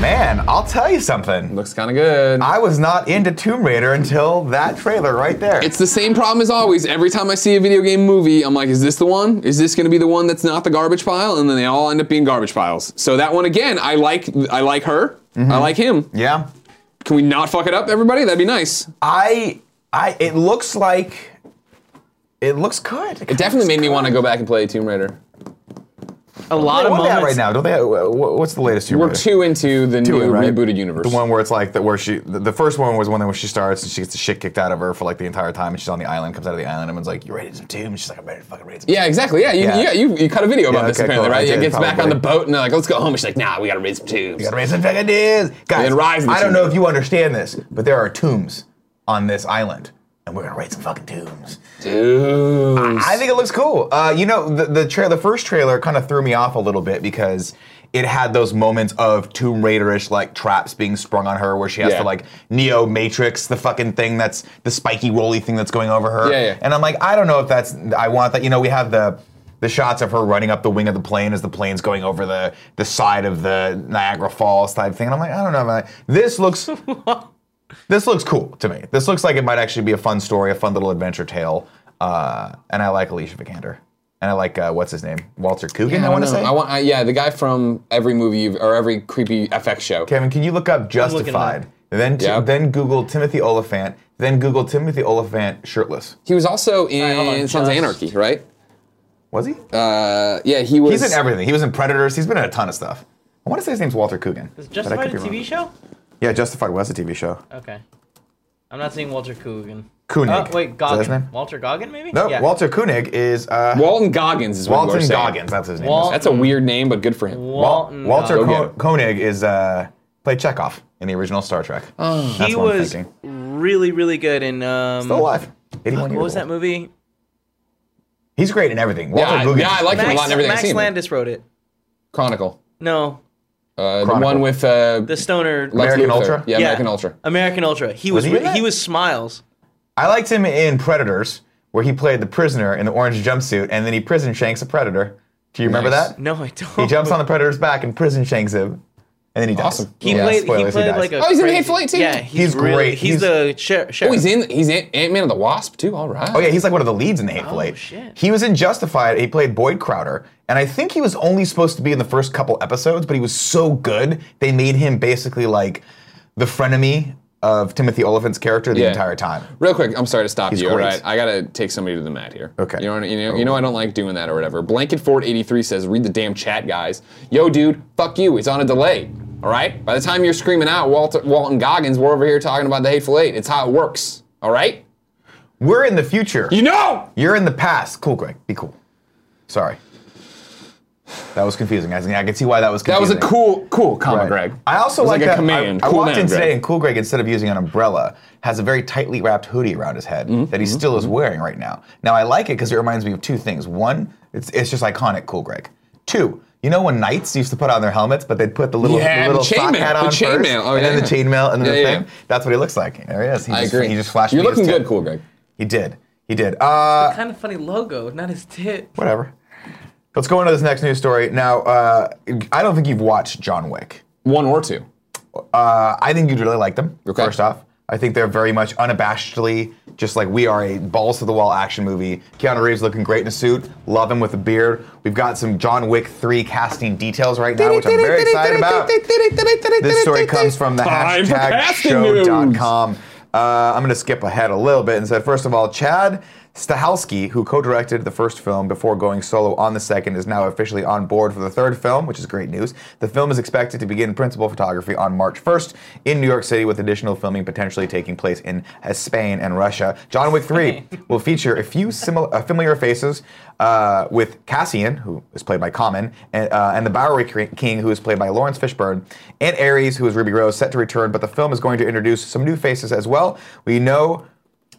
Speaker 1: Man, I'll tell you something.
Speaker 2: Looks kind of good.
Speaker 1: I was not into Tomb Raider until that trailer right there.
Speaker 2: It's the same problem as always. Every time I see a video game movie, I'm like, is this the one? Is this going to be the one that's not the garbage pile? And then they all end up being garbage piles. So that one again, I like. I like her. I like him.
Speaker 1: yeah.
Speaker 2: Can we not fuck it up, everybody? That'd be nice.
Speaker 1: I I it looks like it looks good.
Speaker 2: It definitely made me want to go back and play Tomb Raider.
Speaker 4: A lot
Speaker 1: They
Speaker 4: of
Speaker 1: want that right
Speaker 4: moments.
Speaker 1: now, don't they? wha- wha- What's the latest? Tomb
Speaker 2: We're
Speaker 1: Raider?
Speaker 2: too into the
Speaker 1: Two,
Speaker 2: new
Speaker 1: right?
Speaker 2: rebooted universe.
Speaker 1: The one where it's like that, where she, the, the first one was one where she starts and she gets the shit kicked out of her for like the entire time, and she's on the island, comes out of the island, and everyone's like, "You ready to some tomb?" And she's like, "I'm ready to fucking raid some."
Speaker 2: Yeah, exactly. Yeah, you,
Speaker 1: Yeah.
Speaker 2: yeah. you, you cut a video about
Speaker 1: Yeah,
Speaker 2: this
Speaker 1: okay,
Speaker 2: apparently,
Speaker 1: cool. I
Speaker 2: right?
Speaker 1: did,
Speaker 2: it gets back on
Speaker 1: probably.
Speaker 2: the boat and they're like, let's go home. And she's like, nah, we gotta raid some tubes.
Speaker 1: You gotta raid some fucking tombs, guys.
Speaker 2: And rise in the
Speaker 1: I don't
Speaker 2: tomb.
Speaker 1: know if you understand this, but there are tombs on this island, and we're gonna write some fucking tunes.
Speaker 2: Dude.
Speaker 1: I think it looks cool. Uh, you know, the the, tra- the first trailer kind of threw me off a little bit because it had those moments of Tomb Raiderish like traps being sprung on her, where she has
Speaker 2: Yeah.
Speaker 1: to like Neo Matrix the fucking thing that's the spiky roly thing that's going over her.
Speaker 2: Yeah, yeah.
Speaker 1: And I'm like, I don't know if that's I want that. You know, we have the. The shots of her running up the wing of the plane as the plane's going over the, the side of the Niagara Falls type thing, and I'm like, I don't know. Man. This looks this looks cool to me. This looks like it might actually be a fun story, a fun little adventure tale. Uh, and I like Alicia Vikander. And I like, uh, what's his name? Walter Coogan, I want to say?
Speaker 2: I want. I, yeah, the guy from every movie you've, or every creepy FX show.
Speaker 1: Kevin, can you look up
Speaker 3: looking it up.
Speaker 1: Justified? Then, t-
Speaker 2: Yeah.
Speaker 1: then Google Timothy Oliphant. Then Google Timothy Oliphant shirtless.
Speaker 2: He was also in
Speaker 3: hold on,
Speaker 2: Sons of
Speaker 3: just-
Speaker 2: Anarchy, right?
Speaker 1: Was he?
Speaker 2: Uh, yeah, he was.
Speaker 1: He's in everything. He was in Predators. He's been in a ton of stuff. I want to say his name's Walter Coogan.
Speaker 3: Is
Speaker 1: but I could
Speaker 3: Justified a
Speaker 1: be
Speaker 3: TV
Speaker 1: wrong.
Speaker 3: show?
Speaker 1: Yeah, Justified was a TV show.
Speaker 3: Okay. I'm not seeing Walter Coogan.
Speaker 1: Koenig.
Speaker 3: Oh,
Speaker 1: Is
Speaker 3: wait,
Speaker 1: that
Speaker 3: Goggin.
Speaker 1: his name?
Speaker 3: Walter Goggin, maybe?
Speaker 1: No,
Speaker 3: Yeah.
Speaker 1: Walter Koenig is uh,
Speaker 2: Walton Goggins is what we're
Speaker 1: Walton
Speaker 2: saying.
Speaker 1: Goggins. That's his name.
Speaker 3: Wal-
Speaker 2: That's a weird name, but good for him.
Speaker 1: Wal-
Speaker 3: Walton.
Speaker 1: Walter
Speaker 3: Goggin.
Speaker 2: uh, Go get
Speaker 1: Ko-
Speaker 2: it.
Speaker 1: Koenig is uh, played Chekhov in the original Star Trek. That's
Speaker 3: He
Speaker 1: what I'm
Speaker 3: was
Speaker 1: thinking.
Speaker 3: really, really good in. Um,
Speaker 1: Still alive. 81
Speaker 3: What
Speaker 1: years
Speaker 3: was that
Speaker 1: old.
Speaker 3: movie?
Speaker 1: He's great in everything. Walter
Speaker 2: I-
Speaker 1: Goggins
Speaker 2: yeah, I
Speaker 1: is
Speaker 2: like him.
Speaker 1: great.
Speaker 2: a lot
Speaker 3: Max,
Speaker 2: in everything I've
Speaker 3: Max
Speaker 2: seen.
Speaker 3: Landis wrote it.
Speaker 2: Chronicle.
Speaker 3: No,
Speaker 2: Uh, the
Speaker 1: Chronicle.
Speaker 2: one with uh,
Speaker 3: the Stoner.
Speaker 2: Lex
Speaker 1: American
Speaker 2: Luthor.
Speaker 1: Ultra?
Speaker 2: Yeah,
Speaker 3: Yeah.
Speaker 2: American Ultra.
Speaker 3: American Ultra. He was
Speaker 1: he in
Speaker 3: re-
Speaker 1: that?
Speaker 3: he was Smiles.
Speaker 1: I liked him in Predators, where he played the prisoner in the orange jumpsuit, and then he prison shanks a predator. Do you remember
Speaker 2: Nice.
Speaker 1: that?
Speaker 3: No, I don't.
Speaker 1: He jumps on the predator's back and prison shanks him, and then he dies.
Speaker 2: Awesome.
Speaker 3: He
Speaker 2: Yeah,
Speaker 3: played.
Speaker 1: spoilers,
Speaker 3: he
Speaker 1: he
Speaker 3: played
Speaker 1: dies.
Speaker 3: like a.
Speaker 2: Oh, he's in
Speaker 3: crazy-
Speaker 2: Hateful Eight, too?
Speaker 3: Yeah, he's,
Speaker 1: He's
Speaker 3: really-
Speaker 1: great.
Speaker 3: He's,
Speaker 1: He's-
Speaker 3: the sheriff.
Speaker 2: Oh, he's in. He's in Ant Man and the Wasp too. All right.
Speaker 1: Oh yeah, he's like one of the leads in the Hateful Eight.
Speaker 3: shit.
Speaker 1: He was in Justified. He played Boyd Crowder, and I think he was only supposed to be in the first couple episodes, but he was so good they made him basically like the frenemy of Timothy Oliphant's character the
Speaker 2: Yeah.
Speaker 1: entire time.
Speaker 2: Real quick, I'm sorry to stop
Speaker 1: He's
Speaker 2: you. All
Speaker 1: great.
Speaker 2: right, I gotta take somebody to the mat here.
Speaker 1: Okay. Oh.
Speaker 2: You know, what- you know, you know, I don't like doing that or whatever. Blanket Ford 83 says, "Read the damn chat, guys. Yo, dude, fuck you. It's on a delay. All right. By the time you're screaming out, Walter, Walton Goggins, we're over here talking about the Hateful Eight. It's how it works. All right.
Speaker 1: We're in the future.
Speaker 2: You know.
Speaker 1: You're in the past. Cool, Greg. Be cool. Sorry. That was confusing. I, think- I can see why that was
Speaker 2: That was
Speaker 1: confusing.
Speaker 2: a cool, cool comma,
Speaker 1: Right.
Speaker 2: Greg.
Speaker 1: I also
Speaker 2: It was
Speaker 1: like,
Speaker 2: a
Speaker 1: that.
Speaker 2: command.
Speaker 1: I, I
Speaker 2: cool
Speaker 1: walked
Speaker 2: down,
Speaker 1: in today,
Speaker 2: Greg.
Speaker 1: and Cool Greg, instead of using an umbrella, has a very tightly wrapped hoodie around his head
Speaker 2: Mm-hmm.
Speaker 1: that he still is wearing right now. Now I like it because it reminds me of two things. One, it's it's just iconic, Cool Greg. Two. You know when knights used to put on their helmets, but they'd put the little, the
Speaker 2: Yeah, the
Speaker 1: little
Speaker 2: chain
Speaker 1: sock
Speaker 2: mail,
Speaker 1: hat
Speaker 2: the
Speaker 1: on
Speaker 2: chain
Speaker 1: first,
Speaker 2: mail. Oh,
Speaker 1: and
Speaker 2: yeah,
Speaker 1: then the
Speaker 2: yeah.
Speaker 1: chain mail, and then
Speaker 2: Yeah,
Speaker 1: the
Speaker 2: yeah.
Speaker 1: thing. That's what he looks like. There he is. He
Speaker 2: I
Speaker 1: just,
Speaker 2: agree.
Speaker 1: He just flashed.
Speaker 2: You're
Speaker 1: me his
Speaker 2: looking
Speaker 1: tip.
Speaker 2: good, Cool Greg.
Speaker 1: He did. He did. Uh,
Speaker 3: kind of funny logo, not his tit.
Speaker 1: whatever. Let's go into this next news story. Now, uh, I don't think you've watched John Wick.
Speaker 2: One or two.
Speaker 1: Uh, I think you'd really like them,
Speaker 2: Okay.
Speaker 1: first off. I think they're very much unabashedly just like we are a balls to the wall action movie. Keanu Reeves looking great in a suit. Love him with a beard. We've got some John Wick 3 casting details right now, which I'm very excited about. This story comes from the
Speaker 2: Time for
Speaker 1: hashtag
Speaker 2: casting
Speaker 1: show.com. Uh, I'm going to skip ahead a little bit and said, first of all, Chad Stahelski, who co directed the first film before going solo on the second, is now officially on board for the third film, which is great news. The film is expected to begin principal photography on March 1st in New York City, with additional filming potentially taking place in uh, Spain and Russia. John Wick 3 will feature a few simil- uh, familiar faces uh, with Cassian, who is played by Common, and, uh, and the Bowery Cre- King, who is played by Lawrence Fishburne, and Ares, who is Ruby Rose, set to return. But the film is going to introduce some new faces as well. We know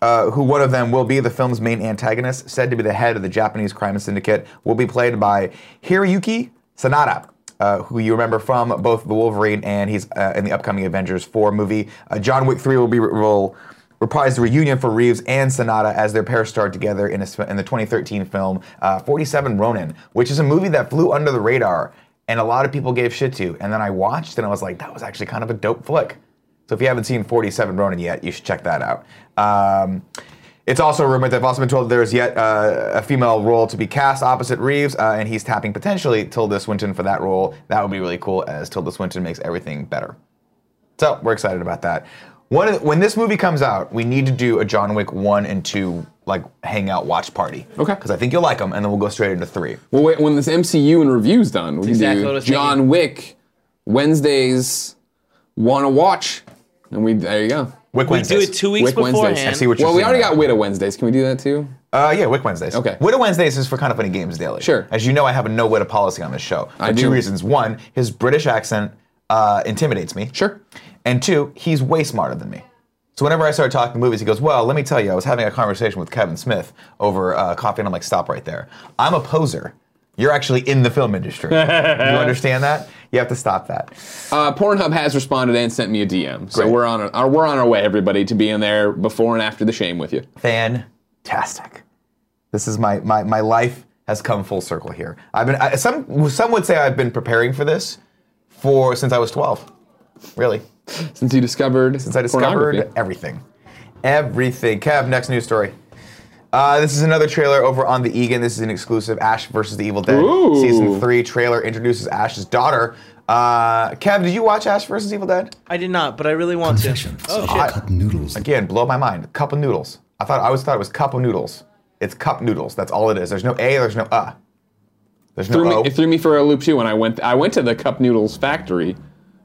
Speaker 1: uh, who one of them will be the film's main antagonist, said to be the head of the Japanese crime syndicate, will be played by Hiroyuki Sanada. Uh, who you remember from both the Wolverine and he's uh, in the upcoming Avengers 4 movie. Uh, John Wick 3 will be will reprise the reunion for Reeves and Sonata as their pair starred together in, a, s- in the 2013 film uh, 47 Ronin, which is a movie that flew under the radar and a lot of people gave shit to. And then I watched and I was like, that was actually kind of a dope flick. So if you haven't seen 47 Ronin yet, you should check that out. Um, it's also rumored they've also been told there is yet uh, a female role to be cast opposite Reeves, uh, and he's tapping potentially Tilda Swinton for that role. That would be really cool, as Tilda Swinton makes everything better. So we're excited about that. One of the- when this movie comes out, we need to do a John Wick one and two like hangout watch party.
Speaker 2: Okay.
Speaker 1: Because I think you'll like them, and then we'll go straight into three.
Speaker 2: Well, wait, when this MCU and review's done, we can
Speaker 3: exactly what I
Speaker 2: do
Speaker 3: was thinking.
Speaker 2: John Wick Wednesdays. Want to watch? And we there you go.
Speaker 1: Wick
Speaker 3: We do
Speaker 1: Wednesdays.
Speaker 3: it two weeks
Speaker 2: Wick Wednesdays.
Speaker 3: beforehand.
Speaker 2: I
Speaker 1: see what you're
Speaker 2: well, we
Speaker 1: saying
Speaker 2: already
Speaker 1: about
Speaker 2: got
Speaker 1: that.
Speaker 2: Widow Wednesdays. Can we do that too?
Speaker 1: Uh, yeah, Wick Wednesdays.
Speaker 2: Okay.
Speaker 1: Widow Wednesdays is for kind of funny games daily.
Speaker 2: Sure.
Speaker 1: As you know, I have a no Widow policy on this show for
Speaker 2: I
Speaker 1: two
Speaker 2: do.
Speaker 1: reasons. One, his British accent uh, intimidates me.
Speaker 2: Sure.
Speaker 1: And two, he's way smarter than me. So whenever I started talking movies, he goes, "Well, let me tell you, I was having a conversation with Kevin Smith over uh, coffee, and I'm like, stop right there. I'm a poser. You're actually in the film industry. you understand that? You have to stop that.
Speaker 2: Uh, Pornhub has responded and sent me a DM, so we're on our, we're on our way, everybody, to being there before and after the shame with you.
Speaker 1: Fantastic. This is my my my life has come full circle here. I've been I, some some would say I've been preparing for this for since I was 12. Really,
Speaker 2: Since you discovered,
Speaker 1: since I discovered everything, everything. Kev, next news story. Uh, this is another trailer over on the Egan. This is an exclusive Ash versus the Evil Dead
Speaker 2: Ooh.
Speaker 1: season three trailer introduces Ash's daughter. Uh, Kev, did you watch Ash versus Evil Dead?
Speaker 3: I did not, but I really want to. Oh shit!
Speaker 9: Cut noodles.
Speaker 1: Again, blow my mind. Cup of noodles. I thought I always thought it was cup of noodles. It's cup noodles. That's all it is. There's no A. There's no uh. There's no
Speaker 2: threw
Speaker 1: O.
Speaker 2: me, it threw me for a loop too when I went. I went to the cup noodles factory,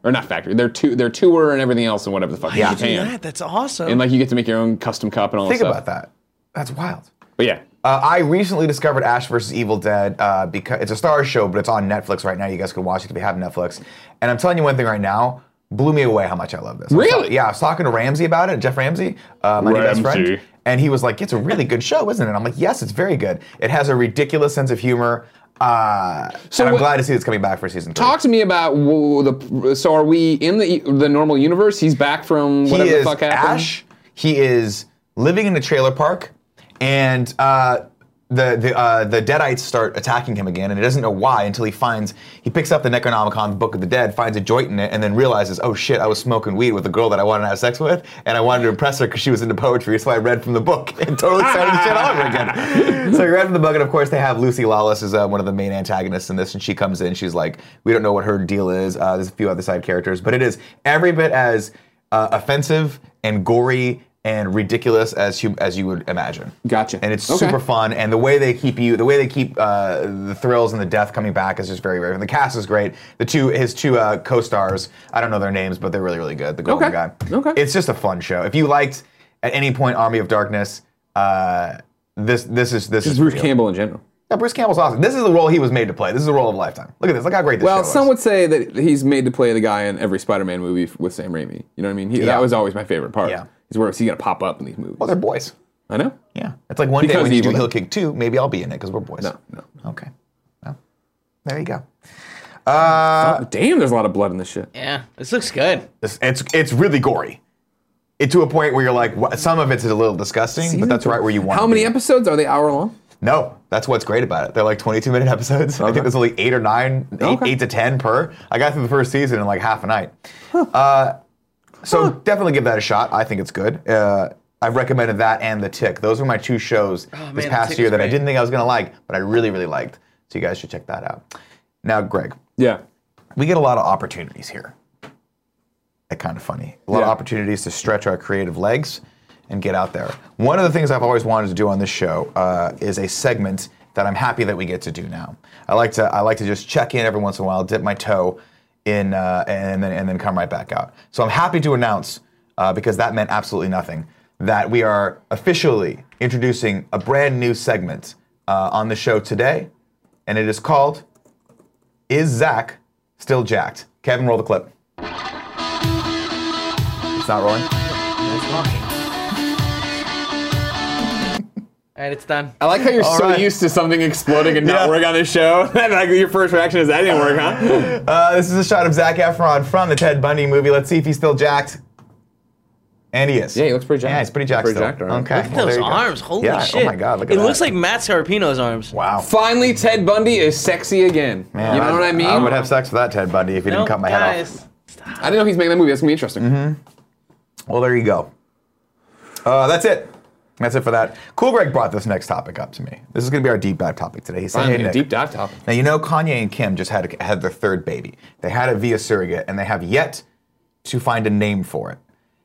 Speaker 2: or not factory. Their tu- their tour and everything else and whatever the fuck. in
Speaker 1: Yeah.
Speaker 3: Look at
Speaker 2: Japan.
Speaker 3: that, that's awesome.
Speaker 2: And like you get to make your own custom cup and all
Speaker 1: Think
Speaker 2: that
Speaker 1: about
Speaker 2: stuff.
Speaker 1: that. That's wild.
Speaker 2: But yeah,
Speaker 1: Uh, I recently discovered Ash vs. Evil Dead uh, because it's a star show, but it's on Netflix right now. You guys can watch it if you have Netflix. And I'm telling you one thing right now, blew me away how much I love this. I was
Speaker 2: Really?
Speaker 1: talk- yeah, I was talking to Ramsey about it, Jeff Ramsey, uh, my new best friend.
Speaker 2: Ramsey.
Speaker 1: And he was like, it's a really good show, isn't it? And I'm like, yes, it's very good. It has a ridiculous sense of humor. Uh, and I'm
Speaker 2: what-
Speaker 1: glad to see it's coming back for season three.
Speaker 2: talk to me about whoa, the. So are we in the the normal universe? He's back from whatever
Speaker 1: he
Speaker 2: the
Speaker 1: is
Speaker 2: fuck happened.
Speaker 1: Ash. He is living in a trailer park, and uh, the the uh, the Deadites start attacking him again, and he doesn't know why until he finds he picks up the Necronomicon, the Book of the Dead, finds a joint in it, and then realizes, oh shit, I was smoking weed with a girl that I wanted to have sex with, and I wanted to impress her because she was into poetry, so I read from the book and totally started the shit all over again. So he read from the book, and of course they have Lucy Lawless is uh, one of the main antagonists in this, and she comes in, she's like, we don't know what her deal is. Uh, there's a few other side characters, but it is every bit as uh, offensive and gory and ridiculous as you, as you would imagine.
Speaker 2: Gotcha.
Speaker 1: And it's
Speaker 2: Okay.
Speaker 1: super fun. And the way they keep you, the way they keep uh, the thrills and the death coming back is just very rare. And the cast is great. The two, his two uh, co-stars, I don't know their names, but they're really, really good. The golden
Speaker 2: Okay.
Speaker 1: guy.
Speaker 2: Okay.
Speaker 1: It's just a fun show. If you liked at any point Army of Darkness, uh, this this is this,
Speaker 2: This
Speaker 1: is
Speaker 2: is Bruce
Speaker 1: for you.
Speaker 2: Campbell in general.
Speaker 1: Yeah, Bruce Campbell's awesome. This is the role he was made to play. This is the role of a lifetime. Look at this. Look how great this show
Speaker 2: Well,
Speaker 1: is.
Speaker 2: some would say that he's made to play the guy in every Spider-Man movie f- with Sam Raimi. You know what I mean? He,
Speaker 1: Yeah.
Speaker 2: That was always my favorite part.
Speaker 1: Yeah.
Speaker 2: Is where is he gonna pop up in these movies?
Speaker 1: Well, they're boys.
Speaker 2: I know.
Speaker 1: Yeah. It's like one day
Speaker 2: Because
Speaker 1: when you do
Speaker 2: evil.
Speaker 1: Hill Kick 2, maybe I'll be in it because we're boys.
Speaker 2: No, no.
Speaker 1: Okay. Well, there you go. Uh,
Speaker 2: Oh, damn, there's a lot of blood in this shit.
Speaker 3: yeah, this looks good.
Speaker 1: It's it's, it's really gory. It, to a point where you're like, wha- some of it's a little disgusting, but that's right where you want.
Speaker 2: How
Speaker 1: it
Speaker 2: many
Speaker 1: to be.
Speaker 2: episodes are they? Hour long?
Speaker 1: No, that's what's great about it. They're like 22 minute episodes. I
Speaker 2: Okay.
Speaker 1: think there's only eight or nine, eight,
Speaker 2: Okay.
Speaker 1: eight to ten per. I got through the first season in like half a night. Uh, so definitely give that a shot. I think it's good. Uh, I've recommended that and The Tick. Those were my two shows
Speaker 3: Oh, man,
Speaker 1: this
Speaker 3: The
Speaker 1: past
Speaker 3: Tick
Speaker 1: year
Speaker 3: is
Speaker 1: that I
Speaker 3: great.
Speaker 1: didn't think I was gonna like, but I really, really liked. So you guys should check that out. Now, Greg,
Speaker 2: Yeah.
Speaker 1: we get a lot of opportunities here. That kind of funny. A lot of
Speaker 2: Yeah.
Speaker 1: opportunities to stretch our creative legs and get out there. One of the things I've always wanted to do on this show uh, is a segment that I'm happy that we get to do now. I like to I like to just check in every once in a while, dip my toe in, uh, and then and then come right back out. So I'm happy to announce uh, because that meant absolutely nothing that we are officially introducing a brand new segment uh, on the show today, and it is called is Zach still jacked? Kevin, roll the clip. It's not rolling.
Speaker 3: All right, it's done.
Speaker 2: I like how you're
Speaker 1: All
Speaker 2: so
Speaker 1: right.
Speaker 2: used to something exploding and
Speaker 1: Yeah.
Speaker 2: not work on this show. like your first reaction is that didn't work, huh?
Speaker 1: Uh, this is a shot of Zach Efron from the Ted Bundy movie. Let's see if he's still jacked. And he is.
Speaker 2: Yeah, he looks pretty jacked.
Speaker 1: Yeah, he's pretty jacked
Speaker 2: Pretty
Speaker 1: still.
Speaker 2: jacked, all right.
Speaker 1: Okay.
Speaker 2: Look
Speaker 1: well, there
Speaker 3: Those
Speaker 1: you go.
Speaker 3: arms, holy
Speaker 1: Yeah,
Speaker 3: shit!
Speaker 1: Oh my god, look at
Speaker 3: it
Speaker 1: that.
Speaker 3: looks like Matt Serapino's arms.
Speaker 1: wow.
Speaker 2: Finally, Ted Bundy is sexy again.
Speaker 1: Man,
Speaker 2: you know what I mean?
Speaker 1: I would have sex with that Ted Bundy if he
Speaker 3: No,
Speaker 1: didn't cut my head
Speaker 3: guys,
Speaker 2: I didn't know he's making that movie. That's gonna be interesting.
Speaker 1: Mm-hmm. off. Well, there you go. Uh, that's it. That's it for that. Cool Greg brought this next topic up to me. This is going to be our deep dive topic today. He said,
Speaker 2: Finally,
Speaker 1: hey,
Speaker 2: a
Speaker 1: Nick,
Speaker 2: deep dive topic.
Speaker 1: Now you know Kanye and Kim just had had their third baby. They had it via surrogate, and they have yet to find a name for it.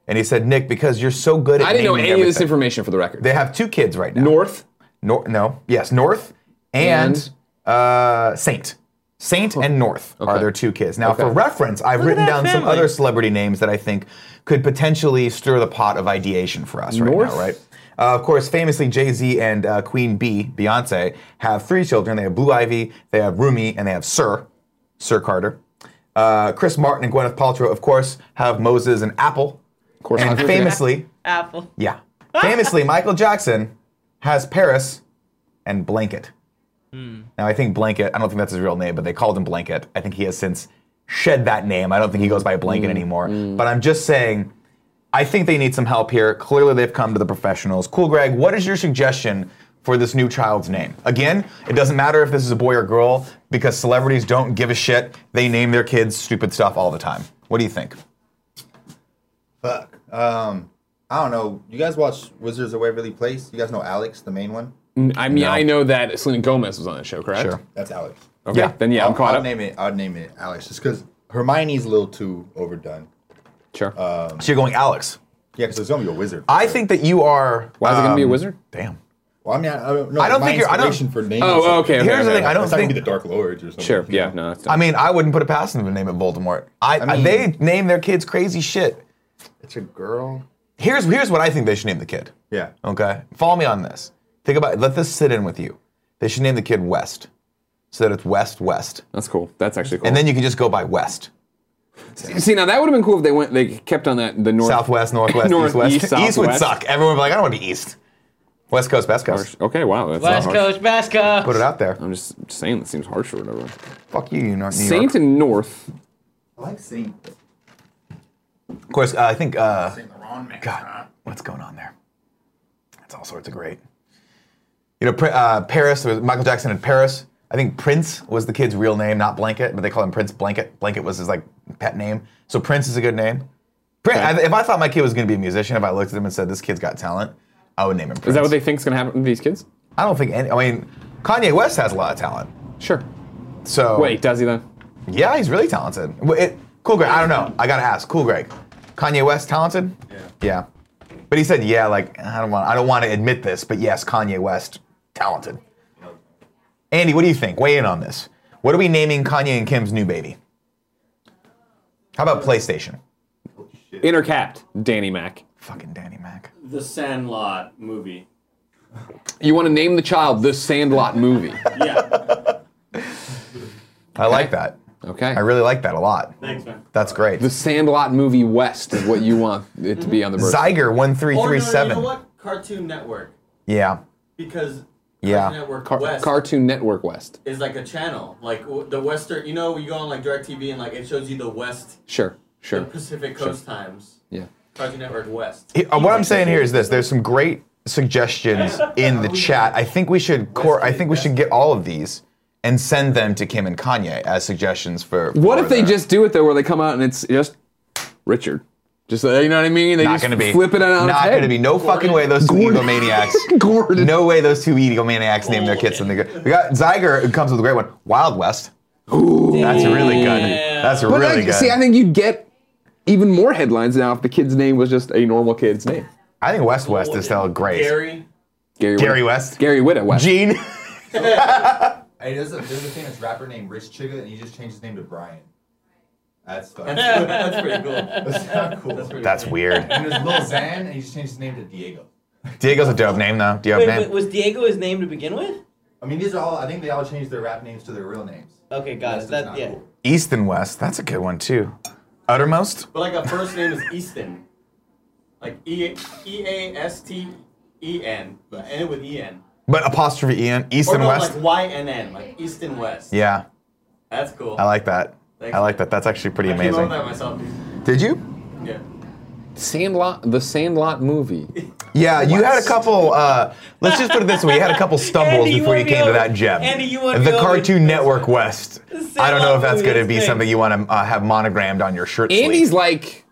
Speaker 1: And he said, Nick, because you're so good at
Speaker 2: I didn't know any
Speaker 1: naming
Speaker 2: of this
Speaker 1: everything."
Speaker 2: information for the record.
Speaker 1: They have two kids right now.
Speaker 2: North.
Speaker 1: Nor- no, yes, North and, uh, Saint. Saint and North are
Speaker 2: Okay.
Speaker 1: their two kids. Now, for reference, I've
Speaker 3: at
Speaker 1: written
Speaker 3: that
Speaker 1: down some
Speaker 3: family.
Speaker 1: other celebrity names that I think could potentially stir the pot of ideation for us right
Speaker 2: North?
Speaker 1: now, right? Uh, of course, famously, Jay Z and uh, Queen B, Beyonce, have three children. They have Blue Ivy, they have Rumi, and they have Sir, Sir Carter. Uh, Chris Martin and Gwyneth Paltrow, of course, have Moses and Apple.
Speaker 2: course,
Speaker 1: and
Speaker 2: obviously.
Speaker 1: famously,
Speaker 4: Apple.
Speaker 1: Yeah. Famously, Michael Jackson has Paris and Blanket. Now, I think Blanket, I don't think that's his real name, but they called him Blanket. I think he has since shed that name. I don't think he goes by Blanket anymore. But I'm just saying, I think they need some help here. Clearly, they've come to the professionals. Cool, Greg, what is your suggestion for this new child's name? Again, it doesn't matter if this is a boy or girl because celebrities don't give a shit. They name their kids stupid stuff all the time. What do you think?
Speaker 10: Fuck. Um, I don't know. You guys watch Wizards of Waverly Place? You guys know Alex, the main one?
Speaker 2: I mean, I know that Selena Gomez was on the show, correct?
Speaker 1: Sure.
Speaker 10: That's Alex.
Speaker 2: Okay,
Speaker 1: Yeah.
Speaker 2: then yeah, I'm
Speaker 10: I'll,
Speaker 2: caught
Speaker 10: I'll
Speaker 2: up.
Speaker 10: name it. I'll name it Alex, just because Hermione's a little too overdone.
Speaker 2: Sure.
Speaker 1: So you're going Alex.
Speaker 10: Yeah, because it's gonna be a wizard.
Speaker 1: I think that you are.
Speaker 2: Why is it gonna be a
Speaker 1: um,
Speaker 2: wizard?
Speaker 1: Damn.
Speaker 10: Well, I mean, I, I don't know.
Speaker 1: I don't
Speaker 10: my
Speaker 1: think you're- I don't-
Speaker 10: inspiration for names.
Speaker 2: Oh, okay. okay
Speaker 1: Here's the
Speaker 2: okay,
Speaker 1: thing, I
Speaker 2: okay.
Speaker 1: don't
Speaker 10: It's not gonna
Speaker 1: think-
Speaker 10: be the Dark Lords or something.
Speaker 2: Sure.
Speaker 10: you
Speaker 2: Yeah.
Speaker 10: know?
Speaker 2: No. That's
Speaker 1: I mean, I wouldn't put it past them to name it Voldemort. I,
Speaker 10: I mean-
Speaker 1: they name their kids crazy shit.
Speaker 10: It's a girl.
Speaker 1: Here's here's what I think they should name the kid.
Speaker 10: Yeah.
Speaker 2: Oh.
Speaker 1: Okay. Follow me on this. Think about it. Let this sit in with you. They should name the kid West, so that it's West West,
Speaker 2: that's cool. That's actually cool.
Speaker 1: and then you can just go by West,
Speaker 2: see, now that would have been cool if they went. They kept on that the north.
Speaker 1: Southwest, Northwest,
Speaker 2: North,
Speaker 1: East West.
Speaker 2: East,
Speaker 1: would
Speaker 2: Southwest.
Speaker 1: suck. Everyone would be like, I don't want to be East. West Coast, best coast.
Speaker 2: Okay. Wow. That's
Speaker 4: West
Speaker 2: not harsh.
Speaker 4: Coast, West Coast.
Speaker 1: Put it out there.
Speaker 2: I'm just saying that seems harsh or whatever.
Speaker 1: Fuck you, you North New
Speaker 2: Saint
Speaker 1: York.
Speaker 2: and North.
Speaker 10: I like Saint.
Speaker 1: Of course, uh, I think. Uh,
Speaker 10: Saint Laurent, man.
Speaker 1: God, what's going on there? It's all sorts of great. You know, Pri- uh, Paris, there was Michael Jackson in Paris. I think Prince was the kid's real name, not Blanket, but they call him Prince Blanket. Blanket was his like pet name. So Prince is a good name. Prin-
Speaker 2: Okay.
Speaker 1: I- if I thought my kid was going to be a musician, if I looked at him and said this kid's got talent, I would name him Prince.
Speaker 2: Is that what they think's gonna happen to these kids?
Speaker 1: I don't think any. I mean, Kanye West has a lot of talent.
Speaker 2: Sure.
Speaker 1: So
Speaker 2: Wait, does he then?
Speaker 1: yeah, he's really talented. Well, It, cool, Greg. I don't know. I gotta ask. Cool, Greg. Kanye West talented? Yeah. Yeah. But he said, yeah, like I don't want. I don't want to admit this, but yes, Kanye West talented. Andy, what do you think? Weigh in on this. What are we naming Kanye and Kim's new baby? How about PlayStation?
Speaker 2: Inner capped, Danny Mac.
Speaker 1: Fucking Danny Mac.
Speaker 7: The Sandlot movie.
Speaker 2: You want to name the child the Sandlot movie?
Speaker 7: Yeah.
Speaker 1: I like that.
Speaker 2: Okay.
Speaker 1: I really like that a lot.
Speaker 7: Thanks, man.
Speaker 1: That's great.
Speaker 2: the Sandlot movie West is what you want it to be on the birth.
Speaker 1: Zeiger one three
Speaker 7: Or Oh, no,
Speaker 1: three
Speaker 7: you know
Speaker 1: seven.
Speaker 7: what? Cartoon Network.
Speaker 1: Yeah.
Speaker 7: Because
Speaker 1: Yeah.
Speaker 7: Cartoon Network
Speaker 2: Car-
Speaker 7: West
Speaker 2: Cartoon Network West.
Speaker 7: is like a channel. Like w- the Western, you know, you go on like DirecTV and like it shows you the West,
Speaker 2: Sure. Sure.
Speaker 7: the Pacific Coast times.
Speaker 2: Yeah.
Speaker 7: Cartoon Network West.
Speaker 1: He- uh, what I'm saying here is this: there's some great suggestions in the chat. I think we should cor- I think we should get all of these and send them to Kim and Kanye as suggestions for.
Speaker 2: What
Speaker 1: for
Speaker 2: if they
Speaker 1: their-
Speaker 2: just do it though, where they come out and it's just Richard? Just uh, you know what I mean? They
Speaker 1: not
Speaker 2: just
Speaker 1: going to be
Speaker 2: flip it out.
Speaker 1: Not going to be no fucking way those two egomaniacs.
Speaker 2: Gordon.
Speaker 1: No way those two egomaniacs name their kids something good. We got Zeiger who comes with a great one. Wild West. Ooh, that's really good. That's
Speaker 2: But
Speaker 1: really
Speaker 2: I,
Speaker 1: good.
Speaker 2: see, I think you'd get even more headlines now if the kid's name was just a normal kid's name.
Speaker 1: I think West West is still great.
Speaker 7: Gary.
Speaker 2: Gary.
Speaker 1: Gary
Speaker 2: Whitta-
Speaker 1: West.
Speaker 2: Gary Witta West.
Speaker 1: Gene.
Speaker 10: Hey, there's a there's a famous rapper named Rich Chigga, and he just changed his name to Brian. That's fucked.
Speaker 7: That's, that's pretty cool.
Speaker 10: That's not cool.
Speaker 7: pretty
Speaker 1: That's
Speaker 7: cool.
Speaker 1: weird.
Speaker 10: And there's Lil Xan, and he just changed his name to Diego.
Speaker 1: Diego's a dope name though. Do you have a
Speaker 4: Wait,
Speaker 1: name?
Speaker 4: wait, was Diego his name to begin with?
Speaker 10: I mean, these are all. I think they all changed their rap names to their real names.
Speaker 4: Okay, got it.
Speaker 10: That's
Speaker 4: That,
Speaker 10: not
Speaker 4: yeah.
Speaker 10: cool.
Speaker 1: East and West. That's a good one too. Uttermost.
Speaker 7: But like a first name is Easton. Like E E A S T E N. But ended with E N.
Speaker 1: But apostrophe Ian, East
Speaker 7: Or
Speaker 1: and
Speaker 7: no,
Speaker 1: West.
Speaker 7: like Y N N, like East and West.
Speaker 1: yeah,
Speaker 7: That's cool.
Speaker 1: I like that.
Speaker 7: Thanks.
Speaker 1: I like that. That's actually pretty
Speaker 7: I came up
Speaker 1: amazing.
Speaker 7: with that myself.
Speaker 1: Did you?
Speaker 7: Yeah.
Speaker 2: Sandlot. The Sandlot movie.
Speaker 1: Yeah, you had a couple. Uh, let's just put it this way: you had a couple stumbles
Speaker 4: Andy, you
Speaker 1: before you
Speaker 4: won me
Speaker 1: came to
Speaker 4: over.
Speaker 1: that gem.
Speaker 4: Andy, you won
Speaker 1: the
Speaker 4: me over.
Speaker 1: Cartoon Network West. I don't know if that's going to
Speaker 4: movie, that's
Speaker 1: be
Speaker 4: great.
Speaker 1: something you want to uh, have monogrammed on your shirt
Speaker 2: Andy's
Speaker 1: sleeve.
Speaker 2: like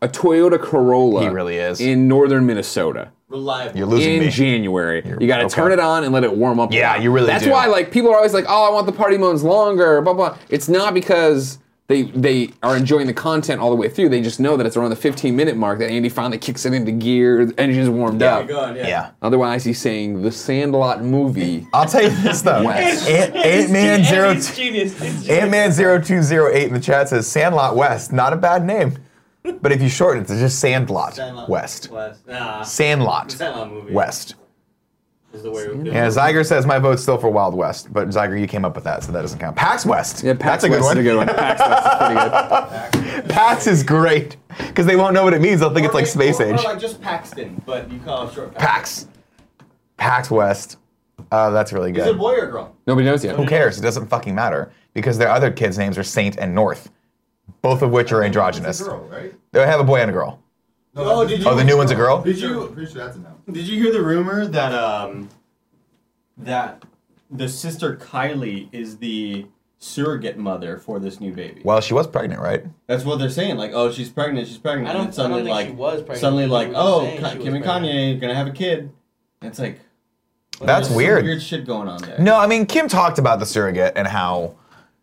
Speaker 2: a Toyota Corolla.
Speaker 1: He really is.
Speaker 2: in northern Minnesota.
Speaker 7: Reliable.
Speaker 1: You're losing
Speaker 2: in
Speaker 1: me.
Speaker 2: January. you got to
Speaker 1: okay.
Speaker 2: turn it on and let it warm up. a
Speaker 1: Yeah,
Speaker 2: lot.
Speaker 1: you really
Speaker 2: That's
Speaker 1: do.
Speaker 2: why like people are always like, "Oh, I want the party moans longer." Blah blah. It's not because they they are enjoying the content all the way through. They just know that it's around the 15 minute mark that Andy finally kicks it into gear. The engine's warmed
Speaker 7: Yeah,
Speaker 2: up.
Speaker 7: you're good, yeah.
Speaker 1: yeah.
Speaker 2: Otherwise, he's saying the Sandlot movie.
Speaker 1: I'll tell you this though:
Speaker 2: West.
Speaker 1: Ant, Ant-Man
Speaker 4: Andy's
Speaker 1: zero
Speaker 4: genius. It's genius.
Speaker 1: Ant-Man 0208 in the chat says Sandlot West. Not a bad name, but if you shorten it, it's just Sandlot,
Speaker 7: Sandlot.
Speaker 1: West.
Speaker 7: West. Nah.
Speaker 1: Sandlot,
Speaker 7: Sandlot movie.
Speaker 1: West.
Speaker 7: Is the way we
Speaker 1: Yeah, Zeiger says my vote's still for Wild West, but Zeiger, you came up with that, so that doesn't count. PAX West.
Speaker 2: Yeah, Pax
Speaker 1: That's a good
Speaker 2: West
Speaker 1: one.
Speaker 2: Is a good one. Pax West is pretty good.
Speaker 1: PAX is great. Because they won't know what it means. They'll think it's like space
Speaker 7: or,
Speaker 1: age.
Speaker 7: Or like just Paxton, but you call him short. Paxton.
Speaker 1: Pax. Pax West. Oh, that's really
Speaker 7: Is it a
Speaker 1: good.
Speaker 7: boy or a girl?
Speaker 2: Nobody knows yet.
Speaker 1: Who cares? It doesn't fucking matter. Because their other kids' names are Saint and North, both of which are androgynous.
Speaker 10: It's a girl, right?
Speaker 1: They have a boy and a girl.
Speaker 7: Oh, did you?
Speaker 1: Oh, the new one's a girl?
Speaker 7: Did
Speaker 10: I'm
Speaker 7: you
Speaker 10: pretty sure that's enough.
Speaker 7: did you hear the rumor that um that the sister Kylie is the surrogate mother for this new baby?
Speaker 1: Well, she was pregnant, right?
Speaker 7: That's what they're saying. Like, oh, she's pregnant. She's pregnant.
Speaker 4: I don't-
Speaker 7: and then suddenly,
Speaker 4: I don't think
Speaker 7: like,
Speaker 4: she was pregnant.
Speaker 7: Suddenly,
Speaker 4: They
Speaker 7: like,
Speaker 4: were just
Speaker 7: oh,
Speaker 4: saying
Speaker 7: Ka-
Speaker 4: she was
Speaker 7: Kim and
Speaker 4: pregnant.
Speaker 7: Kanye are gonna have a kid. And it's like
Speaker 1: That's
Speaker 7: there's some
Speaker 1: weird.
Speaker 7: Weird shit going on there.
Speaker 1: No, I mean Kim talked about the surrogate and how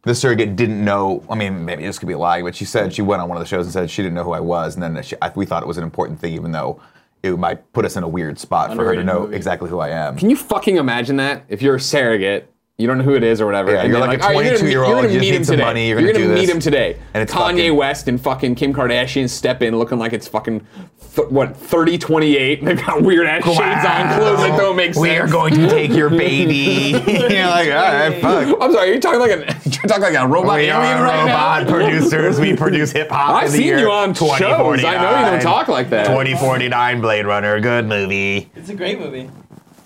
Speaker 1: the surrogate didn't know. I mean, maybe this could be a lie, but she said she went on one of the shows and said she didn't know who I was, and then she, I, we thought it was an important thing, even though it might put us in a weird spot for her to
Speaker 7: Underrated
Speaker 1: know
Speaker 7: movie.
Speaker 1: exactly who I am.
Speaker 2: Can you fucking imagine that? If you're a surrogate, you don't know who it is or whatever.
Speaker 1: Yeah,
Speaker 2: and
Speaker 1: you're
Speaker 2: then,
Speaker 1: like a
Speaker 2: "All right, you're gonna meet-
Speaker 1: 22-year-old, you
Speaker 2: You're gonna
Speaker 1: just
Speaker 2: meet
Speaker 1: need
Speaker 2: him
Speaker 1: some
Speaker 2: today.
Speaker 1: money, you're
Speaker 2: You're
Speaker 1: gonna
Speaker 2: gonna
Speaker 1: do
Speaker 2: meet
Speaker 1: this."
Speaker 2: him today.
Speaker 1: And it's
Speaker 2: Kanye
Speaker 1: fucking-
Speaker 2: West and fucking Kim Kardashian step in looking like it's fucking th- what 30, 28. and They've got weird ass shades on, clothes that don't make sense.
Speaker 1: We are going to take your baby. You're like, all right, fuck.
Speaker 2: I'm sorry, you're talking like an you're talking like a robot
Speaker 1: We
Speaker 2: alien
Speaker 1: are
Speaker 2: right
Speaker 1: robot
Speaker 2: now.
Speaker 1: producers. We produce hip hop.
Speaker 2: I've
Speaker 1: in the
Speaker 2: seen
Speaker 1: year
Speaker 2: you on shows. I know you don't
Speaker 1: 2049.
Speaker 2: talk like that.
Speaker 1: 2049 Blade Runner, good movie.
Speaker 4: It's a great movie.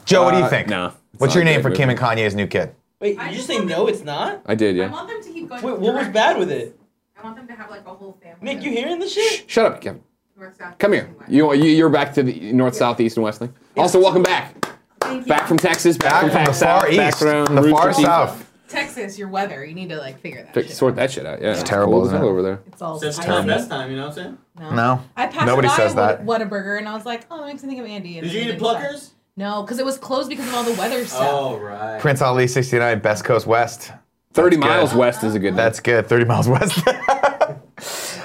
Speaker 1: Joe, what do you
Speaker 2: Uh,
Speaker 1: think?
Speaker 2: no, it's
Speaker 1: What's
Speaker 2: not
Speaker 1: your
Speaker 2: a
Speaker 1: name
Speaker 2: good
Speaker 1: for Kim and
Speaker 2: movie.
Speaker 1: Kanye's new kid?
Speaker 4: Wait,
Speaker 6: I
Speaker 4: you just
Speaker 6: just
Speaker 4: say
Speaker 6: want
Speaker 4: no, it's not?
Speaker 2: I did,
Speaker 6: I
Speaker 2: yeah.
Speaker 6: want them to keep going.
Speaker 4: Wait, what
Speaker 6: in
Speaker 4: was
Speaker 6: directions.
Speaker 4: bad with it?
Speaker 6: I want them to have like a whole family.
Speaker 4: Nick, you hearing this shit?
Speaker 2: Shut up, Kevin.
Speaker 6: North, south,
Speaker 2: Come
Speaker 6: east,
Speaker 2: here.
Speaker 6: and west.
Speaker 2: You you- you're back to the north, south, east, and west thing. Also, welcome back.
Speaker 6: Thank you.
Speaker 2: Back from Texas, back,
Speaker 1: Back
Speaker 2: from,
Speaker 1: from the
Speaker 2: Pac South,
Speaker 1: far
Speaker 2: back
Speaker 1: east,
Speaker 2: from
Speaker 1: the
Speaker 2: Route
Speaker 1: far
Speaker 2: 50.
Speaker 1: south.
Speaker 6: Texas, your weather. You need to like figure that
Speaker 2: Fix-
Speaker 6: shit.
Speaker 2: Sort that shit out. Yeah, it's
Speaker 1: terrible,
Speaker 2: cold as
Speaker 1: isn't
Speaker 2: hell
Speaker 1: it?
Speaker 2: over there.
Speaker 6: It's all
Speaker 7: That's
Speaker 6: icy.
Speaker 7: the best time. You know what I'm saying?
Speaker 1: No.
Speaker 6: I passed
Speaker 1: Nobody
Speaker 6: by
Speaker 1: says that.
Speaker 6: What a burger, and I was like, oh, it makes me think of Andy. And
Speaker 7: Did
Speaker 6: then
Speaker 7: you
Speaker 6: I
Speaker 7: eat
Speaker 6: didn't
Speaker 7: pluckers?
Speaker 6: stop. No, because it was closed because of all the weather stuff.
Speaker 7: Oh right.
Speaker 1: Prince Ali 69, Best Coast West.
Speaker 2: Thirty
Speaker 1: That's
Speaker 2: miles
Speaker 1: good.
Speaker 2: west is a good.
Speaker 1: That's good. 30 miles west.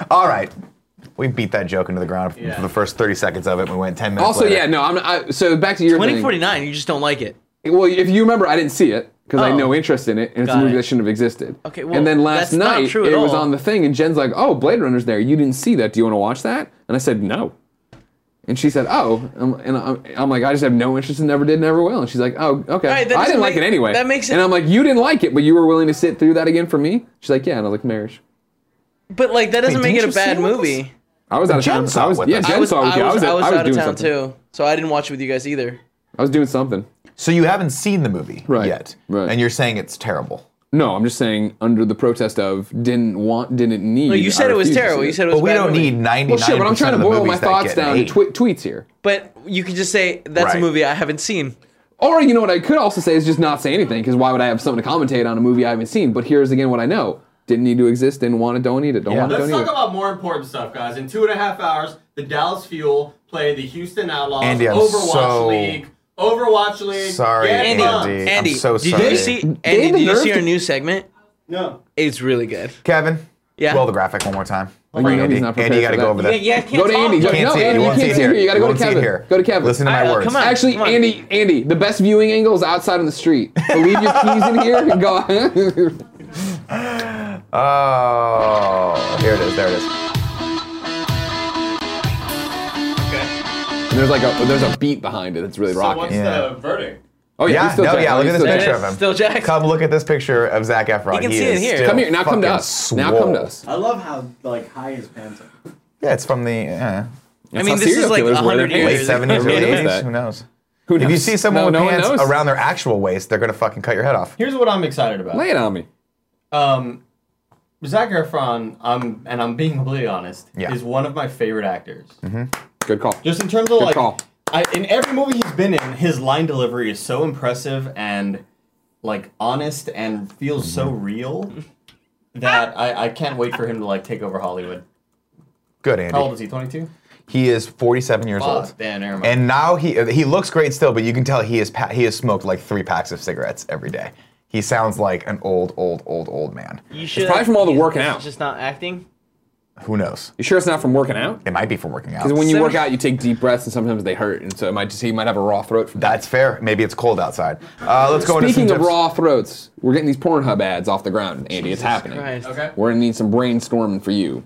Speaker 1: All right. We beat that joke into the ground
Speaker 7: Yeah.
Speaker 1: for the first 30 seconds of it. We went 10 minutes.
Speaker 2: Also,
Speaker 1: later.
Speaker 2: yeah, no, I'm. I, so back to your thing.
Speaker 4: 2049, you just don't like it.
Speaker 2: Well, if you remember, I didn't see it because I had
Speaker 4: Oh.
Speaker 2: no interest in it, and it's a
Speaker 4: Got
Speaker 2: movie
Speaker 4: it.
Speaker 2: that shouldn't have existed.
Speaker 4: Okay, well,
Speaker 2: and then last
Speaker 4: that's not
Speaker 2: night
Speaker 4: true
Speaker 2: it
Speaker 4: at
Speaker 2: was
Speaker 4: all.
Speaker 2: on the thing, and Jen's like, "Oh, Blade Runner's there. You didn't see that. Do you want to watch that?" And I said, "No." And she said, "Oh," and and I'm, I'm like, "I just have no interest and never did, never will." And she's like, "Oh, okay."
Speaker 4: Right, that
Speaker 2: I didn't
Speaker 4: doesn't
Speaker 2: like it
Speaker 4: make-
Speaker 2: anyway.
Speaker 4: that makes it-
Speaker 2: And I'm like, "You didn't like it, but you were willing to sit through that again for me." She's like, "Yeah." And I was like, "Marriage."
Speaker 4: But like that doesn't
Speaker 2: didn't
Speaker 4: make it
Speaker 2: you
Speaker 4: a
Speaker 2: see
Speaker 4: bad
Speaker 2: it with
Speaker 4: movie.
Speaker 2: I was out of
Speaker 1: Jen
Speaker 2: town.
Speaker 1: saw
Speaker 2: I was,
Speaker 1: it with
Speaker 2: yeah,
Speaker 1: us.
Speaker 2: Jen
Speaker 4: I was,
Speaker 2: saw it with you.
Speaker 4: I was, I was
Speaker 2: I was
Speaker 4: out of
Speaker 2: doing
Speaker 4: town
Speaker 2: something.
Speaker 4: too, so I didn't watch it with you guys either.
Speaker 2: I was doing something.
Speaker 1: So you haven't seen the movie
Speaker 2: Right,
Speaker 1: yet.
Speaker 2: right.
Speaker 1: And you're saying it's terrible.
Speaker 2: No, I'm just saying under the protest of didn't want, didn't need.
Speaker 4: No, you
Speaker 2: I
Speaker 4: said it was
Speaker 2: refuse to see
Speaker 4: terrible. You said it
Speaker 1: But
Speaker 4: was. a
Speaker 1: we
Speaker 4: bad
Speaker 1: don't
Speaker 4: movie.
Speaker 1: need 99%
Speaker 2: Well, shit, but I'm trying to
Speaker 1: of the
Speaker 2: boil my
Speaker 1: movies that
Speaker 2: thoughts
Speaker 1: get
Speaker 2: down
Speaker 1: an
Speaker 2: to
Speaker 1: eight.
Speaker 2: twe- tweets here.
Speaker 4: But you could just say that's
Speaker 1: Right.
Speaker 4: a movie I haven't seen.
Speaker 2: Or, you know what I could also say is just not say anything, because why would I have something to commentate on a movie I haven't seen? But here's again what I know. Didn't need to exist, didn't want it, don't need it, don't
Speaker 1: Yeah.
Speaker 2: want it,
Speaker 7: Let's
Speaker 2: don't
Speaker 7: talk
Speaker 2: need it.
Speaker 7: about more important stuff, guys. In two and a half hours, the Dallas Fuel play the Houston Outlaws
Speaker 1: Andy, I'm
Speaker 7: Overwatch
Speaker 1: so
Speaker 7: League. Overwatch League.
Speaker 1: Sorry,
Speaker 7: Get
Speaker 1: Andy.
Speaker 7: fucked.
Speaker 1: I'm
Speaker 4: Andy,
Speaker 1: so
Speaker 4: did
Speaker 1: sorry.
Speaker 4: you see?
Speaker 2: They- they
Speaker 4: Andy,
Speaker 2: the
Speaker 4: did you
Speaker 2: nerve
Speaker 4: see
Speaker 2: to-
Speaker 4: our new segment?
Speaker 7: No.
Speaker 4: It's really good.
Speaker 1: Kevin?
Speaker 4: Yeah.
Speaker 1: Roll the graphic one more time.
Speaker 2: you know
Speaker 1: Bring
Speaker 2: he's
Speaker 1: Andy.
Speaker 2: not
Speaker 1: Andy, you got
Speaker 2: prepared
Speaker 1: to
Speaker 2: for
Speaker 1: go over
Speaker 2: that.
Speaker 1: there.
Speaker 4: Yeah, yeah,
Speaker 2: Go to
Speaker 4: talk
Speaker 2: Andy.
Speaker 4: to
Speaker 2: Go,
Speaker 4: him.
Speaker 2: no,
Speaker 1: Can't see it.
Speaker 2: Andy,
Speaker 1: You
Speaker 2: you
Speaker 1: won't
Speaker 2: can't
Speaker 1: see it
Speaker 2: see
Speaker 1: here.
Speaker 2: here. You gotta
Speaker 1: You
Speaker 2: go to
Speaker 1: won't see it
Speaker 2: Kevin.
Speaker 1: here.
Speaker 2: Go to Kevin.
Speaker 1: Listen to my
Speaker 4: All right,
Speaker 1: words.
Speaker 4: come on.
Speaker 2: Actually, Andy, Andy, the best viewing angle is outside on the street. So leave your keys in here and go.
Speaker 1: Oh, here it is. There it is.
Speaker 2: and there's like a there's a beat behind it that's really
Speaker 7: So what's
Speaker 2: rocking.
Speaker 1: Yeah.
Speaker 7: the verdict?
Speaker 2: Oh yeah,
Speaker 1: Yeah,
Speaker 2: he's still
Speaker 1: no,
Speaker 2: Jack.
Speaker 1: yeah,
Speaker 2: Oh,
Speaker 1: look at
Speaker 2: he's
Speaker 1: this
Speaker 2: still
Speaker 1: picture
Speaker 2: Jack.
Speaker 1: of him.
Speaker 4: Still Jack.
Speaker 1: Come look at this picture of Zach Efron.
Speaker 4: You can see it
Speaker 1: is
Speaker 4: here.
Speaker 1: still
Speaker 2: Come here, now come to
Speaker 1: fucking
Speaker 2: us. Now come to
Speaker 1: swole.
Speaker 2: us.
Speaker 7: I love how like high his pants are.
Speaker 1: Yeah, it's from the uh,
Speaker 4: I
Speaker 2: That's
Speaker 4: mean,
Speaker 2: how
Speaker 4: this is
Speaker 2: serial
Speaker 4: like
Speaker 2: killers wear their
Speaker 4: 100
Speaker 2: pants.
Speaker 1: late
Speaker 4: years. ago.
Speaker 1: 70s, early
Speaker 2: Everybody knows
Speaker 1: 80s.
Speaker 2: that.
Speaker 1: Who knows?
Speaker 2: Who
Speaker 1: If you
Speaker 2: knows?
Speaker 1: see someone
Speaker 2: No-
Speaker 1: with
Speaker 2: no one
Speaker 1: pants
Speaker 2: knows.
Speaker 1: around their actual waist, they're gonna fucking cut your head off.
Speaker 7: Here's what I'm excited about.
Speaker 2: Lay it on me.
Speaker 7: Um, Zac Efron, I'm and I'm being completely honest,
Speaker 1: Yeah.
Speaker 7: is one of my favorite actors.
Speaker 2: Good call.
Speaker 7: Just in terms of
Speaker 2: Good
Speaker 7: like,
Speaker 2: call.
Speaker 7: I, in every movie he's been in, his line delivery is so impressive and like honest and feels so
Speaker 1: Mm-hmm.
Speaker 7: real that I, I can't wait for him to like take over Hollywood.
Speaker 1: Good,
Speaker 7: How old
Speaker 1: Andy.
Speaker 7: is he? 22.
Speaker 1: He is 47 years
Speaker 7: Oh,
Speaker 1: old.
Speaker 7: damn, never mind.
Speaker 1: And now he uh, he looks great still, but you can tell he is pa- he has smoked like three packs of cigarettes every day. He sounds like an old, old, old, old man.
Speaker 4: You should.
Speaker 2: probably from all the working out.
Speaker 4: Just not acting.
Speaker 1: Who knows?
Speaker 2: You sure it's not from working out?
Speaker 1: It might be from working out.
Speaker 2: Because when you
Speaker 4: Seven-
Speaker 2: work out, you take deep breaths, and sometimes they hurt, and so it might just he might have a raw throat. From that.
Speaker 1: That's fair. Maybe it's cold outside. Uh, let's go into some
Speaker 2: Speaking of
Speaker 1: tips.
Speaker 2: raw throats, we're getting these Pornhub ads off the ground, Andy. it's happening.
Speaker 4: Christ.
Speaker 7: okay.
Speaker 2: We're gonna need some brainstorming for you.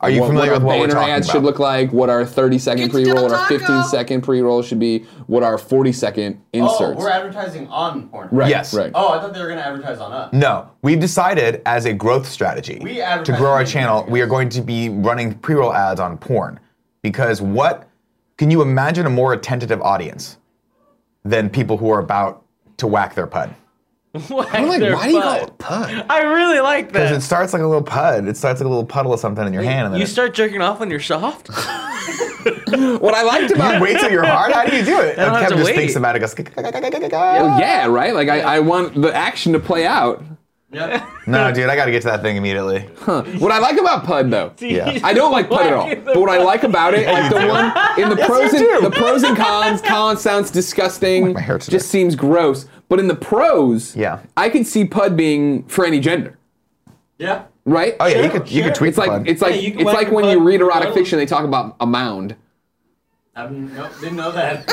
Speaker 1: Are you
Speaker 2: what,
Speaker 1: familiar
Speaker 2: what
Speaker 1: with what
Speaker 2: our
Speaker 1: we're
Speaker 2: banner
Speaker 1: talking
Speaker 2: ads
Speaker 1: about?
Speaker 2: should look like, what our 30 second
Speaker 6: Get
Speaker 2: pre roll, what our
Speaker 6: Taco.
Speaker 2: 15 second pre roll should be, what our 40 second
Speaker 7: Oh,
Speaker 2: inserts.
Speaker 7: we're advertising on Pornhub.
Speaker 2: right.
Speaker 1: Yes.
Speaker 2: Right.
Speaker 7: Oh, I thought they were gonna advertise on us.
Speaker 1: No, we've decided as a growth strategy
Speaker 7: We
Speaker 1: to
Speaker 7: advertise
Speaker 1: grow our
Speaker 7: on
Speaker 1: channel, we are going to be running pre roll ads on porn. Because what can you imagine a more attentive audience than people who are about to whack their pud?
Speaker 2: I'm like,
Speaker 4: They're
Speaker 2: why do you call
Speaker 4: fun.
Speaker 2: it pud?
Speaker 4: I really like
Speaker 1: Because it
Speaker 4: that.
Speaker 1: starts like a little pud. It starts like a little puddle of something in your hand. And then
Speaker 4: You
Speaker 1: it-
Speaker 4: start jerking off when you're soft.
Speaker 2: What I liked about
Speaker 1: you wait till you're hard? How do you do it?
Speaker 4: don't have
Speaker 1: Kevin
Speaker 4: to
Speaker 1: just thinks
Speaker 4: wait.
Speaker 1: about it, goes,
Speaker 2: Well, Oh, yeah, right? Like, I, I want the action to play out.
Speaker 7: Yep.
Speaker 1: no, dude, I got to get to that thing immediately. Oh,
Speaker 2: Huh. What I like about PUD, though.
Speaker 1: Yeah.
Speaker 2: I don't like PUD at all. But what I like about it, like the
Speaker 1: do.
Speaker 2: one in the pros and the pros and cons, cons sounds disgusting.
Speaker 1: my hair today.
Speaker 2: just seems gross. But in the pros,
Speaker 1: Yeah.
Speaker 2: I could see PUD being for any gender.
Speaker 7: Yeah.
Speaker 2: Right?
Speaker 1: Oh, yeah, you could, you could tweet
Speaker 2: It's like
Speaker 1: pud.
Speaker 2: it's like
Speaker 7: Yeah, you can
Speaker 2: it's
Speaker 7: whack
Speaker 2: like
Speaker 7: a
Speaker 2: when you
Speaker 7: PUD
Speaker 2: read erotic
Speaker 7: regardless.
Speaker 2: fiction, they talk about a mound.
Speaker 7: I didn't know, didn't know that.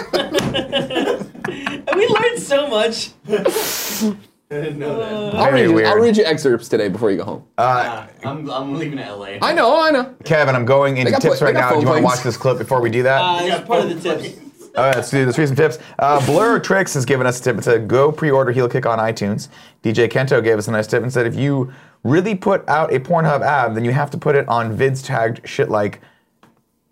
Speaker 4: we learned so much.
Speaker 7: I didn't know that.
Speaker 2: I'll
Speaker 1: Very
Speaker 2: read, you, I'll
Speaker 1: weird. Oh.
Speaker 2: read you excerpts today before you go home.
Speaker 7: Uh, I'm, I'm leaving to LA.
Speaker 2: I know, I know.
Speaker 1: Kevin, I'm going into
Speaker 2: got
Speaker 1: tips
Speaker 2: pla-
Speaker 1: right
Speaker 2: they got
Speaker 1: now. Do you
Speaker 2: phone Uh,
Speaker 1: want to
Speaker 2: planes.
Speaker 1: watch this clip before we do that?
Speaker 7: Yeah,
Speaker 4: That's part of the tips.
Speaker 1: All right, let's do let's read some tips. Uh, Blur Tricks has given us a tip. It said, go pre-order Heel Kick on iTunes. DJ Kento gave us a nice tip and said, if you really put out a Pornhub ad, then you have to put it on vids tagged shit like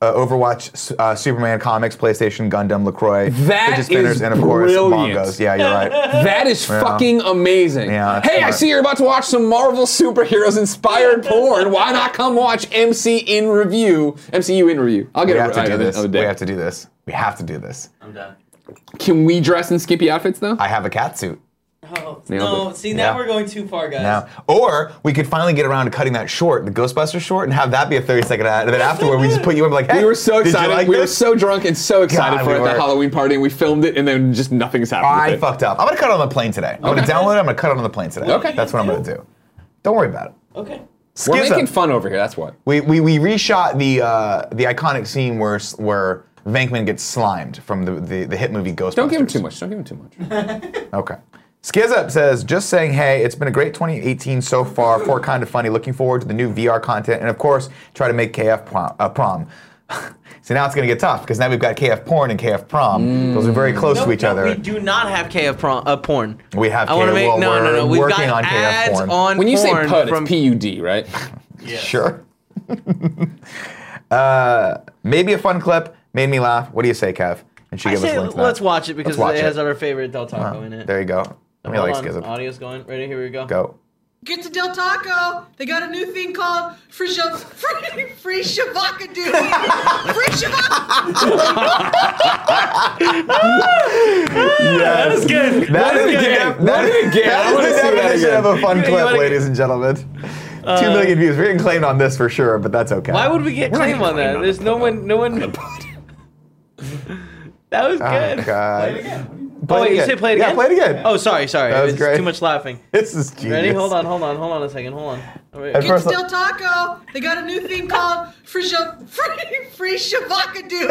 Speaker 1: uh, Overwatch, uh, Superman comics, PlayStation, Gundam, Lacroix,
Speaker 2: That
Speaker 1: fidget spinners,
Speaker 2: is
Speaker 1: and of course
Speaker 2: brilliant.
Speaker 1: bongos. Yeah, you're right.
Speaker 2: That is fucking amazing.
Speaker 1: Yeah, that's
Speaker 2: hey, I
Speaker 1: smart.
Speaker 2: see you're about to watch some Marvel superheroes inspired porn. Why not come watch MC in review? MCU in review. I'll get
Speaker 1: We
Speaker 2: it
Speaker 1: have to
Speaker 2: right
Speaker 1: do
Speaker 2: on the-
Speaker 1: this.
Speaker 2: on the
Speaker 1: We
Speaker 2: day.
Speaker 1: have to do this. We have to do this.
Speaker 7: I'm done.
Speaker 2: Can we dress in skimpy outfits though?
Speaker 1: I have a cat suit.
Speaker 4: Oh,
Speaker 2: Nailed
Speaker 4: no,
Speaker 2: it.
Speaker 4: see now
Speaker 1: Yeah.
Speaker 4: we're going too far, guys.
Speaker 1: Now, or we could finally get around to cutting that short, the Ghostbusters short, and have that be a 30 second ad. And then afterward, we just put you in like, hey,
Speaker 2: we were so
Speaker 1: did you
Speaker 2: excited.
Speaker 1: like
Speaker 2: we were
Speaker 1: this?
Speaker 2: so drunk and so excited
Speaker 1: God,
Speaker 2: for
Speaker 1: we
Speaker 2: it at
Speaker 1: were.
Speaker 2: the Halloween party, and we filmed it, and then just nothing's happened.
Speaker 1: I
Speaker 2: with it.
Speaker 1: fucked up. I'm gonna cut it on the plane today. I'm gonna download it. I'm gonna cut it on the plane today.
Speaker 2: Okay.
Speaker 1: That's what I'm gonna do. Don't worry about it.
Speaker 4: Okay.
Speaker 2: We're
Speaker 1: Skiza.
Speaker 2: making fun over here. That's what.
Speaker 1: We, we we reshot the uh, the iconic scene where s- where Venkman gets slimed from the, the, the hit movie Ghostbusters.
Speaker 2: Don't give him too much. Don't give him too much.
Speaker 1: Okay. Skizup says, just saying, hey, it's been a great 2018 so far for kind of funny. Looking forward to the new VR content, and of course, try to make KF prom. Uh, prom. so now it's going to get tough because now we've got KF porn and KF prom. Those are very close
Speaker 4: No,
Speaker 1: to each
Speaker 4: no,
Speaker 1: other.
Speaker 4: We do not have KF prom, uh, porn.
Speaker 1: We have
Speaker 4: I want
Speaker 1: KF
Speaker 4: to make
Speaker 1: well,
Speaker 4: no, no,
Speaker 1: we're
Speaker 4: no. We've
Speaker 1: working
Speaker 4: got
Speaker 1: on KF
Speaker 4: ads
Speaker 1: porn.
Speaker 4: on
Speaker 2: When you say
Speaker 4: porn
Speaker 2: PUD,
Speaker 4: from
Speaker 2: it's P-U-D, right?
Speaker 1: Sure. uh, maybe a fun clip made me laugh. What do you say, Kev? And she
Speaker 4: I
Speaker 1: gave us
Speaker 4: say
Speaker 1: a link to that.
Speaker 4: let's watch it because
Speaker 1: Let's watch
Speaker 4: it has
Speaker 1: it. Uh-huh.
Speaker 4: our favorite Del Taco in it.
Speaker 1: There you go. I mean,
Speaker 4: Hold
Speaker 1: like
Speaker 4: on,
Speaker 1: Skizzo.
Speaker 4: Audio's going. Ready? Here we go.
Speaker 1: Go.
Speaker 6: Get to Del Taco. They got a new thing called free shav- free, free shavaka dude. Free shavaka.
Speaker 1: That is good. That is
Speaker 2: again.
Speaker 1: the- That
Speaker 2: Let it
Speaker 1: is
Speaker 2: again. I wanna
Speaker 1: the
Speaker 2: see that
Speaker 1: definition
Speaker 2: again.
Speaker 1: of a fun
Speaker 4: You- you
Speaker 1: clip,
Speaker 4: wanna-
Speaker 1: ladies and gentlemen. Two million views. We're getting claimed on this for sure, but that's okay.
Speaker 4: Uh, Why would we get
Speaker 1: We're not
Speaker 4: claim
Speaker 1: getting
Speaker 4: on that?
Speaker 1: claimed
Speaker 4: There's no one. No one. that was
Speaker 1: Oh,
Speaker 4: good.
Speaker 1: God.
Speaker 4: Oh
Speaker 1: Play it
Speaker 4: wait, you
Speaker 1: again.
Speaker 4: say play it
Speaker 1: Yeah,
Speaker 4: again?
Speaker 1: play it again.
Speaker 4: Oh, sorry, sorry.
Speaker 1: That was
Speaker 4: It's
Speaker 1: great.
Speaker 4: Too much laughing.
Speaker 1: This is genius.
Speaker 4: Ready? Hold on, hold on, hold on a second. Hold on. All right. Oh,
Speaker 1: At
Speaker 6: Get
Speaker 1: first,
Speaker 6: to Del Taco. They got a new thing called free shav- free, free shavaka dude.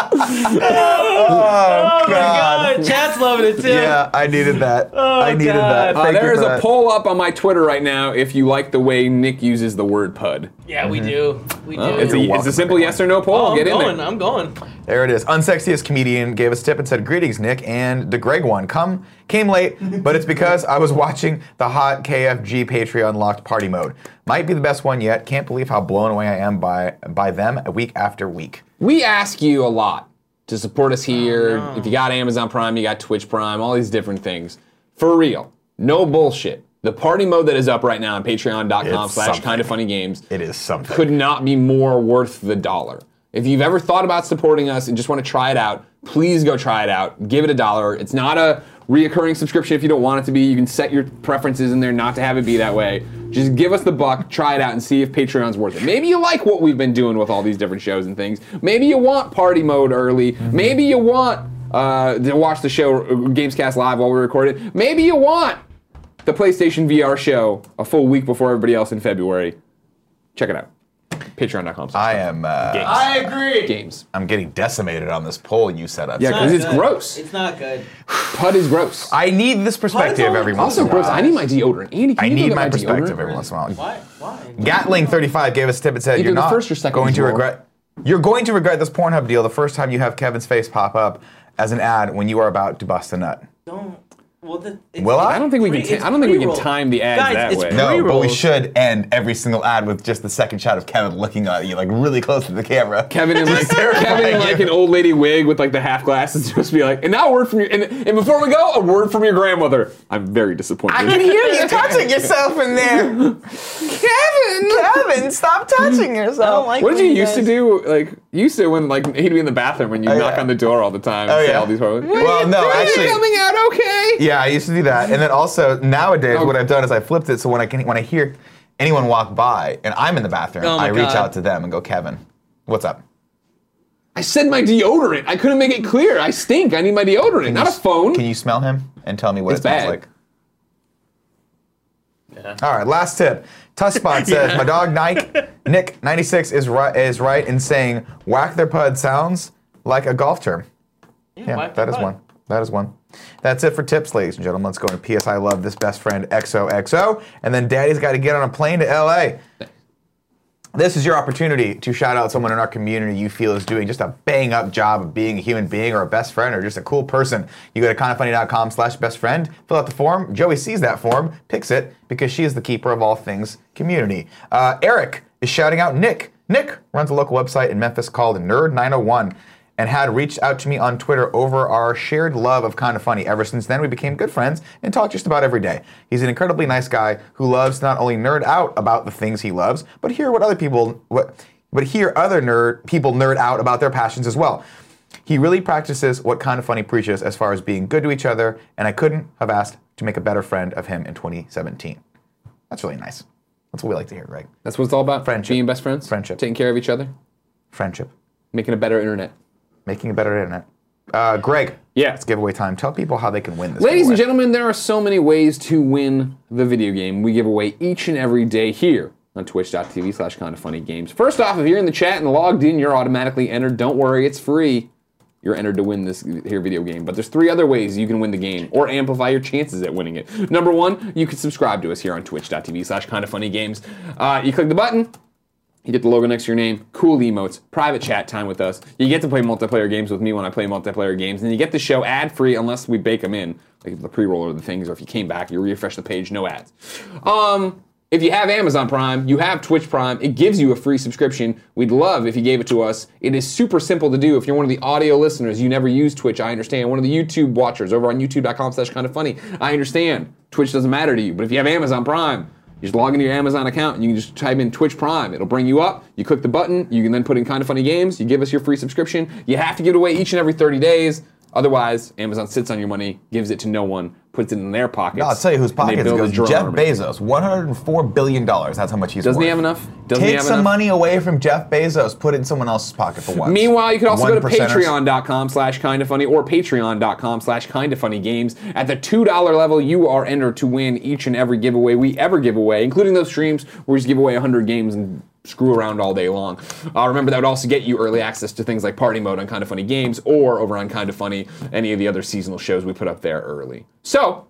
Speaker 1: oh, God.
Speaker 4: God, Chad's loving it too.
Speaker 1: Yeah, I needed that. I needed that.
Speaker 4: God. Uh,
Speaker 2: Uh,
Speaker 1: Thank you
Speaker 2: there is
Speaker 1: for
Speaker 2: a
Speaker 1: that.
Speaker 2: poll up on my Twitter right now if you like the way Nick uses the word PUD.
Speaker 4: Yeah, we do. We do.
Speaker 2: It's a, it's
Speaker 1: welcome,
Speaker 2: a simple yes or no poll.
Speaker 4: oh, I'm
Speaker 2: Get in
Speaker 4: going.
Speaker 2: there.
Speaker 4: I'm going.
Speaker 1: There it is. Unsexiest comedian gave us a tip and said, "Greetings, Nick and the Greg one. Come, came late, but it's because I was watching the hot KFG Patreon locked party mode. Might be the best one yet. Can't believe how blown away I am by by them week after week.
Speaker 2: We ask you a lot to support us here. If you got Amazon Prime, you got Twitch Prime, all these different things. For real. No bullshit. The party mode that is up right now on patreon.com
Speaker 1: It's
Speaker 2: slash
Speaker 1: something.
Speaker 2: kind of funny games
Speaker 1: It is something.
Speaker 2: could not be more worth the dollar. If you've ever thought about supporting us and just want to try it out, please go try it out. Give it a dollar. It's not a reoccurring subscription if you don't want it to be. You can set your preferences in there not to have it be that way. Just give us the buck, try it out, and see if Patreon's worth it. Maybe you like what we've been doing with all these different shows and things. Maybe you want party mode early.
Speaker 1: Mm-hmm.
Speaker 2: Maybe you want uh, to watch the show uh, Gamescast live while we record it. Maybe you want the PlayStation VR show a full week before everybody else in February. Check it out Patreon.com.
Speaker 1: I am. Uh,
Speaker 7: I agree.
Speaker 2: games.
Speaker 1: I'm getting decimated on this poll you set up.
Speaker 2: Yeah, because it's
Speaker 4: good.
Speaker 2: gross.
Speaker 4: It's not good.
Speaker 2: Pud is gross.
Speaker 1: I need this perspective every once
Speaker 2: also
Speaker 1: in a
Speaker 2: gross.
Speaker 1: while.
Speaker 2: I need my deodorant. Andy, can
Speaker 1: I
Speaker 2: you go
Speaker 1: need
Speaker 2: get
Speaker 1: my
Speaker 2: my
Speaker 1: perspective
Speaker 2: deodorant?
Speaker 1: every once in a while.
Speaker 4: Why? Why?
Speaker 1: Gatling35 gave us a tip and said,
Speaker 2: Either
Speaker 1: You're
Speaker 2: the
Speaker 1: not
Speaker 2: first or second
Speaker 1: going to
Speaker 2: drawer."
Speaker 1: regret. You're going to regret this Pornhub deal the first time you have Kevin's face pop up as an ad when you are about to bust a nut.
Speaker 4: Don't. Well, the, it's,
Speaker 1: Will I?
Speaker 2: I don't think we can.
Speaker 4: Pre- it's
Speaker 2: Ta- I don't think we can
Speaker 4: pre-roll.
Speaker 2: time the ads
Speaker 4: Guys,
Speaker 2: that
Speaker 4: it's
Speaker 2: way.
Speaker 4: pre-
Speaker 1: No, but we
Speaker 4: Pre-rolls.
Speaker 1: should end every single ad with just the second shot of Kevin looking at you, like really close to the camera.
Speaker 2: Kevin in like
Speaker 1: terrifying
Speaker 2: Kevin
Speaker 1: you.
Speaker 2: in like an old lady wig with like the half glasses supposed to be like, and now a word from your and, and before we go, a word from your grandmother. I'm very disappointed.
Speaker 1: I can hear you touching yourself in there. Kevin, Kevin, stop touching yourself. I don't like
Speaker 2: what did you used to do? Like you used to when like he'd be in the bathroom and you
Speaker 1: Oh,
Speaker 2: knock
Speaker 1: yeah.
Speaker 2: on the door all the time.
Speaker 1: Oh,
Speaker 2: and say
Speaker 1: yeah.
Speaker 2: all these words.
Speaker 1: Well, no, actually-
Speaker 2: coming out okay.
Speaker 1: Yeah, I used to do that. And then also nowadays,
Speaker 2: Oh.
Speaker 1: what I've done is I flipped it so when I can when I hear anyone walk by and I'm in the bathroom,
Speaker 4: Oh my
Speaker 1: I reach
Speaker 4: God.
Speaker 1: out to them and go, Kevin, what's up?
Speaker 2: I said my deodorant. I couldn't make it clear. I stink. I need my deodorant, not a
Speaker 1: you s-
Speaker 2: phone.
Speaker 1: Can you smell him and tell me what
Speaker 2: It's
Speaker 1: it smells
Speaker 2: bad.
Speaker 1: like? All right, last tip. Tussspot says my dog Nike Nick 96 is right is right in saying whack their pud sounds like a golf term. Yeah,
Speaker 4: whack
Speaker 1: that
Speaker 4: their
Speaker 1: is
Speaker 4: pud.
Speaker 1: one. That is one. That's it for tips, ladies and gentlemen. Let's go into PS I love this best friend XOXO, and then Daddy's got to get on a plane to LA. This is your opportunity to shout out someone in our community you feel is doing just a bang up job of being a human being or a best friend or just a cool person. You go to kindoffunny.com slash best friend, fill out the form. Joey sees that form, picks it because she is the keeper of all things community. Uh, Eric is shouting out Nick. Nick runs a local website in Memphis called Nerd901 and had reached out to me on Twitter over our shared love of Kind of Funny. Ever since then, we became good friends and talk just about every day. He's an incredibly nice guy who loves to not only nerd out about the things he loves, but hear what other people what but hear other nerd people nerd out about their passions as well. He really practices what Kind of Funny preaches as far as being good to each other, and I couldn't have asked to make a better friend of him in 2017. That's really nice. That's what we like to hear, right?
Speaker 2: That's what it's all about.
Speaker 1: Friendship.
Speaker 2: Being best friends.
Speaker 1: Friendship.
Speaker 2: Taking care of each other.
Speaker 1: Friendship,
Speaker 2: Making a better internet.
Speaker 1: making a better internet. Uh, Greg,
Speaker 2: Yeah.
Speaker 1: it's giveaway time. Tell people how they can win this.
Speaker 2: Ladies and
Speaker 1: giveaway.
Speaker 2: gentlemen, there are so many ways to win the video game we give away each and every day here on twitch.tv slash kind of funny games. First off, if you're in the chat and logged in, you're automatically entered. Don't worry, it's free. You're entered to win this here video game. But there's three other ways you can win the game or amplify your chances at winning it. Number one, you can subscribe to us here on twitch.tv slash kind of funny games. Uh, you click the button, you get the logo next to your name, cool emotes, private chat time with us. You get to play multiplayer games with me when I play multiplayer games, and you get the show ad free unless we bake them in, like the pre roll or the things, or if you came back, you refresh the page, no ads. Um, if you have Amazon Prime, you have Twitch Prime, it gives you a free subscription. We'd love if you gave it to us. It is super simple to do. If you're one of the audio listeners, you never use Twitch, I understand. One of the YouTube watchers over on youtube.com slash kind of funny, I understand. Twitch doesn't matter to you, but if you have Amazon Prime, you just log into your Amazon account and you can just type in Twitch Prime. It'll bring you up. You click the button. You can then put in Kind of Funny Games. You give us your free subscription. You have to give it away each and every 30 days. Otherwise, Amazon sits on your money, gives it to no one, puts it in their pockets.
Speaker 1: No, I'll tell you whose
Speaker 2: and they
Speaker 1: pockets it
Speaker 2: build a
Speaker 1: goes.
Speaker 2: drone
Speaker 1: Jeff
Speaker 2: army.
Speaker 1: Bezos, one hundred and four billion dollars. That's how much he's.
Speaker 2: Doesn't he
Speaker 1: worth.
Speaker 2: have enough? Doesn't
Speaker 1: Take
Speaker 2: he have
Speaker 1: some
Speaker 2: enough?
Speaker 1: money away from Jeff Bezos, put it in someone else's pocket for once.
Speaker 2: Meanwhile, you could also go to
Speaker 1: One percenters.
Speaker 2: patreon.com slash kind of funny or patreon.com slash kind of funny games. At the $2 level, you are entered to win each and every giveaway we ever give away, including those streams where we just give away 100 games and screw around all day long. Uh, remember, that would also get you early access to things like Party Mode on Kind of Funny Games or over on Kind of Funny, any of the other seasonal shows we put up there early. So,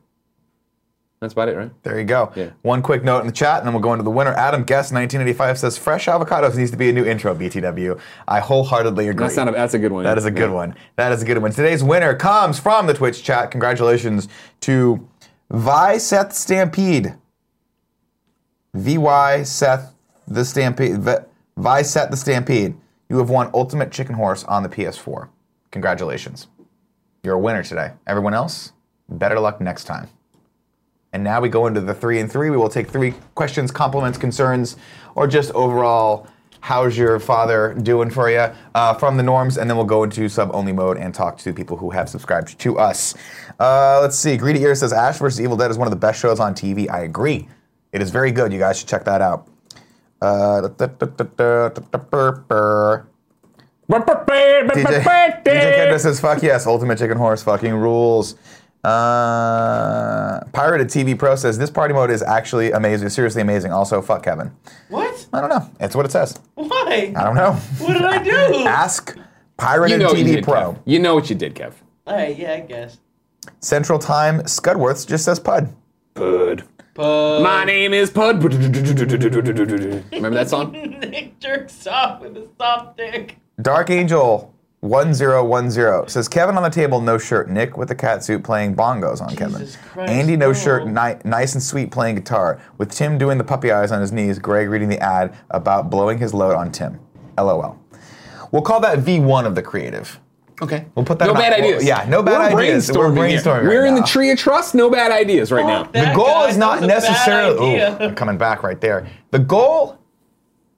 Speaker 2: that's about it, right?
Speaker 1: There you go. One quick note in the chat, and then we'll go into the winner. Adam Guest, 1985, says fresh avocados needs to be a new intro. BTW, I wholeheartedly agree.
Speaker 2: That's, not a, that's a good one.
Speaker 1: That is a good one. That is a good one. Today's winner comes from the Twitch chat. Congratulations to Vi Seth Stampede. VY Seth the Stampede. Vi- Vi Seth the Stampede. You have won Ultimate Chicken Horse on the PS4. Congratulations. You're a winner today. Everyone else, better luck next time. And now we go into the three and three. We will take three questions, compliments, concerns, or just overall, how's your father doing for you uh, from the norms? And then we'll go into sub only mode and talk to people who have subscribed to us. Uh, let's see. Greedy Ear says Ash versus Evil Dead is one of the best shows on TV. I agree. It is very good. You guys should check that out. Uh, da- da- da- da- da- da- burr, burr. DJ, DJ Kendra says, fuck yes, Ultimate Chicken Horse fucking rules. Uh, Pirated TV Pro says, this party mode is actually amazing, seriously amazing. Also, fuck Kevin.
Speaker 4: What?
Speaker 1: I don't know. That's what it says.
Speaker 4: What? Why?
Speaker 1: I don't know.
Speaker 4: What did I do?
Speaker 1: Ask Pirate
Speaker 2: You
Speaker 1: and
Speaker 2: know what you
Speaker 1: TV
Speaker 2: did,
Speaker 1: Pro.
Speaker 2: Kev. You know what you did, Kev.
Speaker 4: All right, yeah, I guess.
Speaker 1: Central Time, Scudworth just says Pud.
Speaker 2: Pud.
Speaker 4: But
Speaker 2: My name is Pud. Remember that song?
Speaker 4: Nick jerks off with a soft dick.
Speaker 1: Dark Angel 1010 says Kevin on the table, no shirt. Nick with the cat suit playing bongos on Kevin.
Speaker 4: Jesus Christ,
Speaker 1: Andy, no,
Speaker 4: no.
Speaker 1: shirt, ni- nice and sweet playing guitar. With Tim doing the puppy eyes on his knees, Greg reading the ad about blowing his load on Tim. LOL. We'll call that V1 of the creative.
Speaker 2: Okay.
Speaker 1: We'll put that
Speaker 2: No
Speaker 1: on-
Speaker 2: bad
Speaker 1: we'll-
Speaker 2: ideas.
Speaker 1: yeah, no bad
Speaker 2: We're
Speaker 1: ideas.
Speaker 2: Brainstorming
Speaker 1: We're
Speaker 2: here.
Speaker 1: brainstorming right
Speaker 2: We're in
Speaker 1: now.
Speaker 2: the tree of trust. No bad ideas right now.
Speaker 1: The goal
Speaker 4: guy,
Speaker 1: is not
Speaker 4: that was a bad
Speaker 1: necessarily. Ooh,
Speaker 4: idea.
Speaker 1: I'm coming back right there. The goal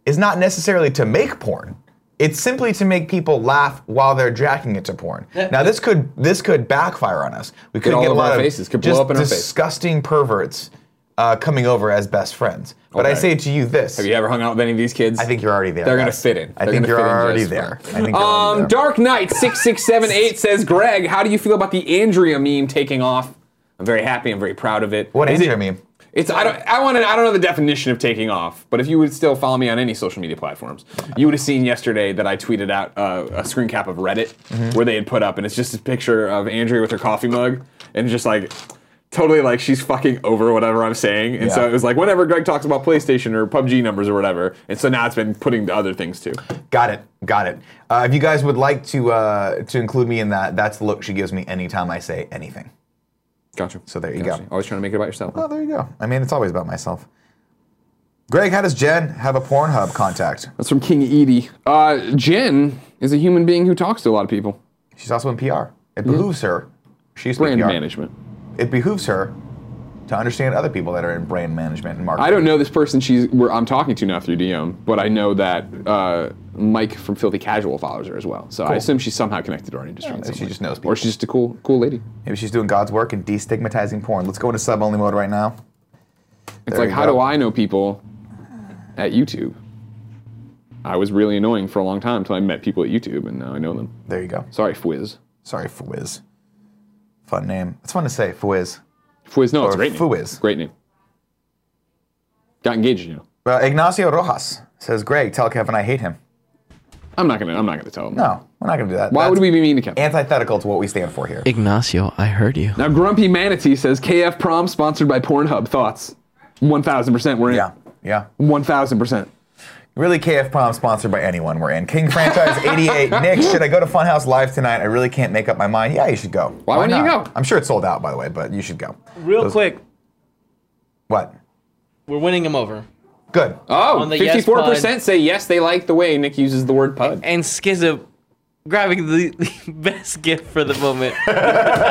Speaker 1: is not necessarily to make porn. It's simply to make people laugh while they're jacking it to porn. Now this could this could backfire on us. We could
Speaker 2: all
Speaker 1: get a
Speaker 2: over our
Speaker 1: lot of
Speaker 2: faces, could blow
Speaker 1: just
Speaker 2: up in our face.
Speaker 1: disgusting perverts uh, coming over as best friends. But I
Speaker 2: Okay.
Speaker 1: say to you this:
Speaker 2: Have you ever hung out with any of these kids?
Speaker 1: I think you're already there.
Speaker 2: They're gonna
Speaker 1: guys.
Speaker 2: fit in.
Speaker 1: I
Speaker 2: They're
Speaker 1: think
Speaker 2: gonna
Speaker 1: you're
Speaker 2: fit in
Speaker 1: already
Speaker 2: just
Speaker 1: there.
Speaker 2: fine.
Speaker 1: I think you're already
Speaker 2: Um,
Speaker 1: there.
Speaker 2: Dark Knight six six seven eight says, Greg, how do you feel about the Andrea meme taking off? I'm very happy. I'm very proud of it.
Speaker 1: What
Speaker 2: Is
Speaker 1: Andrea
Speaker 2: it-
Speaker 1: meme?
Speaker 2: It's I don't I want to I don't know the definition of taking off, but if you would still follow me on any social media platforms, you would have seen yesterday that I tweeted out uh, a screen cap of Reddit
Speaker 1: Mm-hmm.
Speaker 2: where they had put up, and it's just a picture of Andrea with her coffee mug, and just like totally like she's fucking over whatever I'm saying, and so
Speaker 1: Yeah.
Speaker 2: it was like whenever Greg talks about PlayStation or PUBG numbers or whatever, and so now it's been putting to other things too.
Speaker 1: Got it. Got it. Uh, if you guys would like to uh, to include me in that, that's the look she gives me anytime I say anything.
Speaker 2: Gotcha.
Speaker 1: So there you
Speaker 2: Gotcha.
Speaker 1: go.
Speaker 2: Always trying to make it about yourself.
Speaker 1: Oh, there you go. I mean, it's always about myself. Greg, how does Jen have a Pornhub contact?
Speaker 2: That's from King Edie. Uh, Jen is a human being who talks to a lot of people.
Speaker 1: She's also in PR. It behooves her. She's
Speaker 2: Brand
Speaker 1: PR.
Speaker 2: management.
Speaker 1: It behooves her to understand other people that are in brand management and marketing.
Speaker 2: I don't know this person she's where I'm talking to now through DM, but I know that uh, Mike from Filthy Casual follows her as well. So I assume she's somehow connected to our industry. in
Speaker 1: maybe
Speaker 2: some
Speaker 1: she
Speaker 2: way.
Speaker 1: just knows people.
Speaker 2: or she's just a cool, cool lady.
Speaker 1: Maybe she's doing God's work and destigmatizing porn. Let's go into sub only mode right now.
Speaker 2: It's
Speaker 1: There
Speaker 2: like,
Speaker 1: you
Speaker 2: how
Speaker 1: go.
Speaker 2: do I know people at YouTube? I was really annoying for a long time until I met people at YouTube, and now I know them.
Speaker 1: There you go.
Speaker 2: Sorry, Fwiz.
Speaker 1: Sorry, Fwiz. Fun name. It's fun to say, Fwiz.
Speaker 2: Fwiz, no,
Speaker 1: Or
Speaker 2: it's a great name.
Speaker 1: Fwiz.
Speaker 2: Great name. Got engaged, you know.
Speaker 1: Uh, Ignacio Rojas says, Greg, tell Kevin I hate him.
Speaker 2: I'm not gonna. I'm not gonna tell him.
Speaker 1: No, we're not going to do that.
Speaker 2: Why would
Speaker 1: That's
Speaker 2: we be mean to Kevin?
Speaker 1: antithetical to what we stand for here?
Speaker 3: Ignacio, I heard you.
Speaker 2: Now, Grumpy Manatee says KF Prom sponsored by Pornhub. Thoughts? 1000%. We're in.
Speaker 1: Yeah, yeah.
Speaker 2: 1000%.
Speaker 1: Really, KF Prom sponsored by anyone. We're in King Franchise 88. Nick, should I go to Funhouse Live tonight? I really can't make up my mind. Yeah, you should go.
Speaker 2: Why wouldn't you
Speaker 1: not?
Speaker 2: go?
Speaker 1: I'm sure it's sold out, by the way, but you should go.
Speaker 4: Real quick,
Speaker 1: What?
Speaker 4: we're winning him over.
Speaker 1: Good.
Speaker 2: Oh,
Speaker 4: On the yes
Speaker 2: 54%
Speaker 4: pod.
Speaker 2: say yes, they like the way Nick uses the word pud.
Speaker 4: And Schizo grabbing the, the best gift for the moment.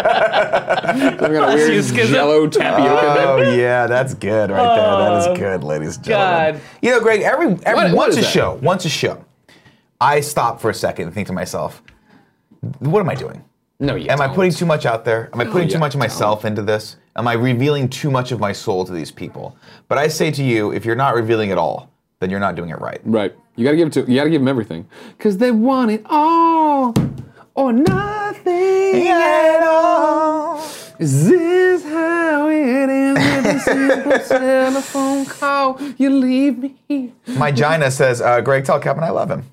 Speaker 2: I've got a weird
Speaker 4: you, Schizo.
Speaker 2: jello tapioca bed.
Speaker 1: Oh yeah, that's good right there. That is good, ladies and gentlemen.
Speaker 4: Oh, God.
Speaker 1: You know, Greg, every, every
Speaker 2: What- what
Speaker 1: once
Speaker 2: is
Speaker 1: a
Speaker 2: that?
Speaker 1: show, once a show, I stop for a second and think to myself, what am I doing?
Speaker 2: No, you
Speaker 1: Am I
Speaker 2: don't.
Speaker 1: putting too much out there? Am I putting
Speaker 2: yeah,
Speaker 1: too much of myself into this? Am I revealing too much of my soul to these people? But I say to you, if you're not revealing it all, then you're not doing it right.
Speaker 2: Right. You gotta give it to you gotta give them everything. Cause they want it all or nothing at all. Is this how it ends with a simple telephone call? You leave me here.
Speaker 1: My Gina says, uh, Greg, tell Kevin I love him.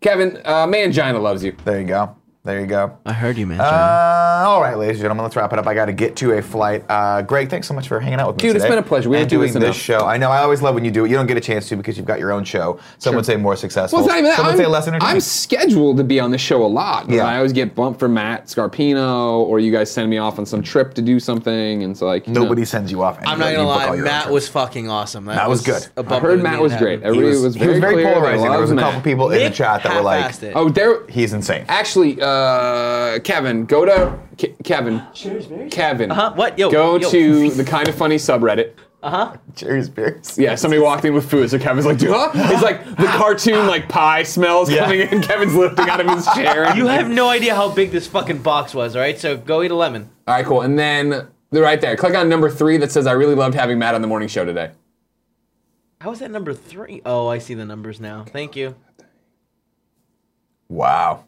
Speaker 2: Kevin, uh, Mangina loves you.
Speaker 1: There you go. There you go.
Speaker 3: I heard you, man.
Speaker 1: Uh, all right, ladies and gentlemen, let's wrap it up. I got to get to a flight. Uh, Greg, thanks so much for hanging out with me.
Speaker 2: Dude, it's
Speaker 1: today
Speaker 2: been a pleasure. We
Speaker 1: and
Speaker 2: didn't do
Speaker 1: doing
Speaker 2: this
Speaker 1: this
Speaker 2: enough.
Speaker 1: show. I know. I always love when you do it. You don't get a chance to because you've got your own show. Some would say more successful.
Speaker 2: Well, it's not even that.
Speaker 1: Some
Speaker 2: I'm,
Speaker 1: would say less entertaining.
Speaker 2: I'm scheduled to be on this show a lot. but
Speaker 1: Yeah.
Speaker 2: I always get bumped for Matt Scarpino, or you guys send me off on some trip to do something, and so like you know.
Speaker 1: Nobody sends you off.
Speaker 3: I'm
Speaker 1: anywhere.
Speaker 3: not
Speaker 1: You
Speaker 3: gonna
Speaker 1: book
Speaker 3: lie,
Speaker 1: all your own
Speaker 3: Matt
Speaker 1: trips.
Speaker 3: was fucking awesome. That,
Speaker 1: That was good. I
Speaker 3: A
Speaker 2: I
Speaker 3: bummer
Speaker 2: heard
Speaker 3: we
Speaker 2: Matt
Speaker 3: made
Speaker 2: was
Speaker 3: happen.
Speaker 2: great. Everybody
Speaker 1: He was,
Speaker 2: was,
Speaker 1: he was very
Speaker 2: clear they
Speaker 1: polarizing. There was a
Speaker 2: loved
Speaker 1: couple
Speaker 2: Matt.
Speaker 1: people in the
Speaker 3: Nick
Speaker 1: chat that were like,
Speaker 3: half-assed it.
Speaker 2: Oh, there.
Speaker 1: "He's insane."
Speaker 2: Actually, uh, Kevin, go to Ke- Kevin. Kevin.
Speaker 4: Uh-huh, what? Yo,
Speaker 2: Go
Speaker 4: yo.
Speaker 2: to the kind of funny subreddit.
Speaker 1: Jerry's beers.
Speaker 2: Yeah, somebody walked in with food, so Kevin's like, "Huh?" It's like the cartoon like pie smells
Speaker 1: Yeah.
Speaker 2: coming in. Kevin's lifting out of his chair. and-
Speaker 4: You have no idea how big this fucking box was, all right? So go eat a lemon.
Speaker 2: All right, cool. And then they're right there. Click on number three that says, "I really loved having Matt on the morning show today."
Speaker 4: How is that number three? Oh, I see the numbers now. Thank you.
Speaker 1: Wow.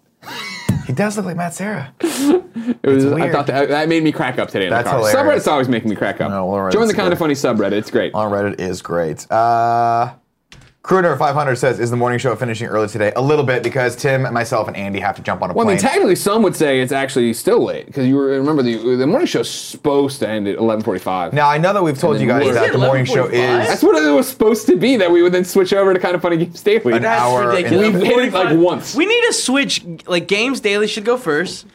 Speaker 1: he does look like Matt Sarah.
Speaker 2: It was. I
Speaker 1: weird.
Speaker 2: thought that, that made me crack up today. In
Speaker 1: That's
Speaker 2: the car.
Speaker 1: hilarious.
Speaker 2: Subreddit's always making me crack up.
Speaker 1: No, all right,
Speaker 2: Join the
Speaker 1: it's
Speaker 2: kind
Speaker 1: good.
Speaker 2: of funny subreddit. It's great.
Speaker 1: On Reddit is great. Uh, Crooner 500 says, "Is the morning show finishing early today? A little bit because Tim, myself, and Andy have to jump on a
Speaker 2: Well, I mean,
Speaker 1: plane.
Speaker 2: technically, some would say it's actually still late because you were, remember the the morning show's supposed to end at eleven forty-five.
Speaker 1: now I know that we've told you guys
Speaker 2: Is
Speaker 1: that
Speaker 2: it
Speaker 1: the morning show is
Speaker 2: that's what it was supposed to be that we would then switch over to kind of funny games daily.
Speaker 1: an hour. and-
Speaker 2: ridiculous. We've hit it, like, once.
Speaker 4: We need to switch. Like games daily should go first.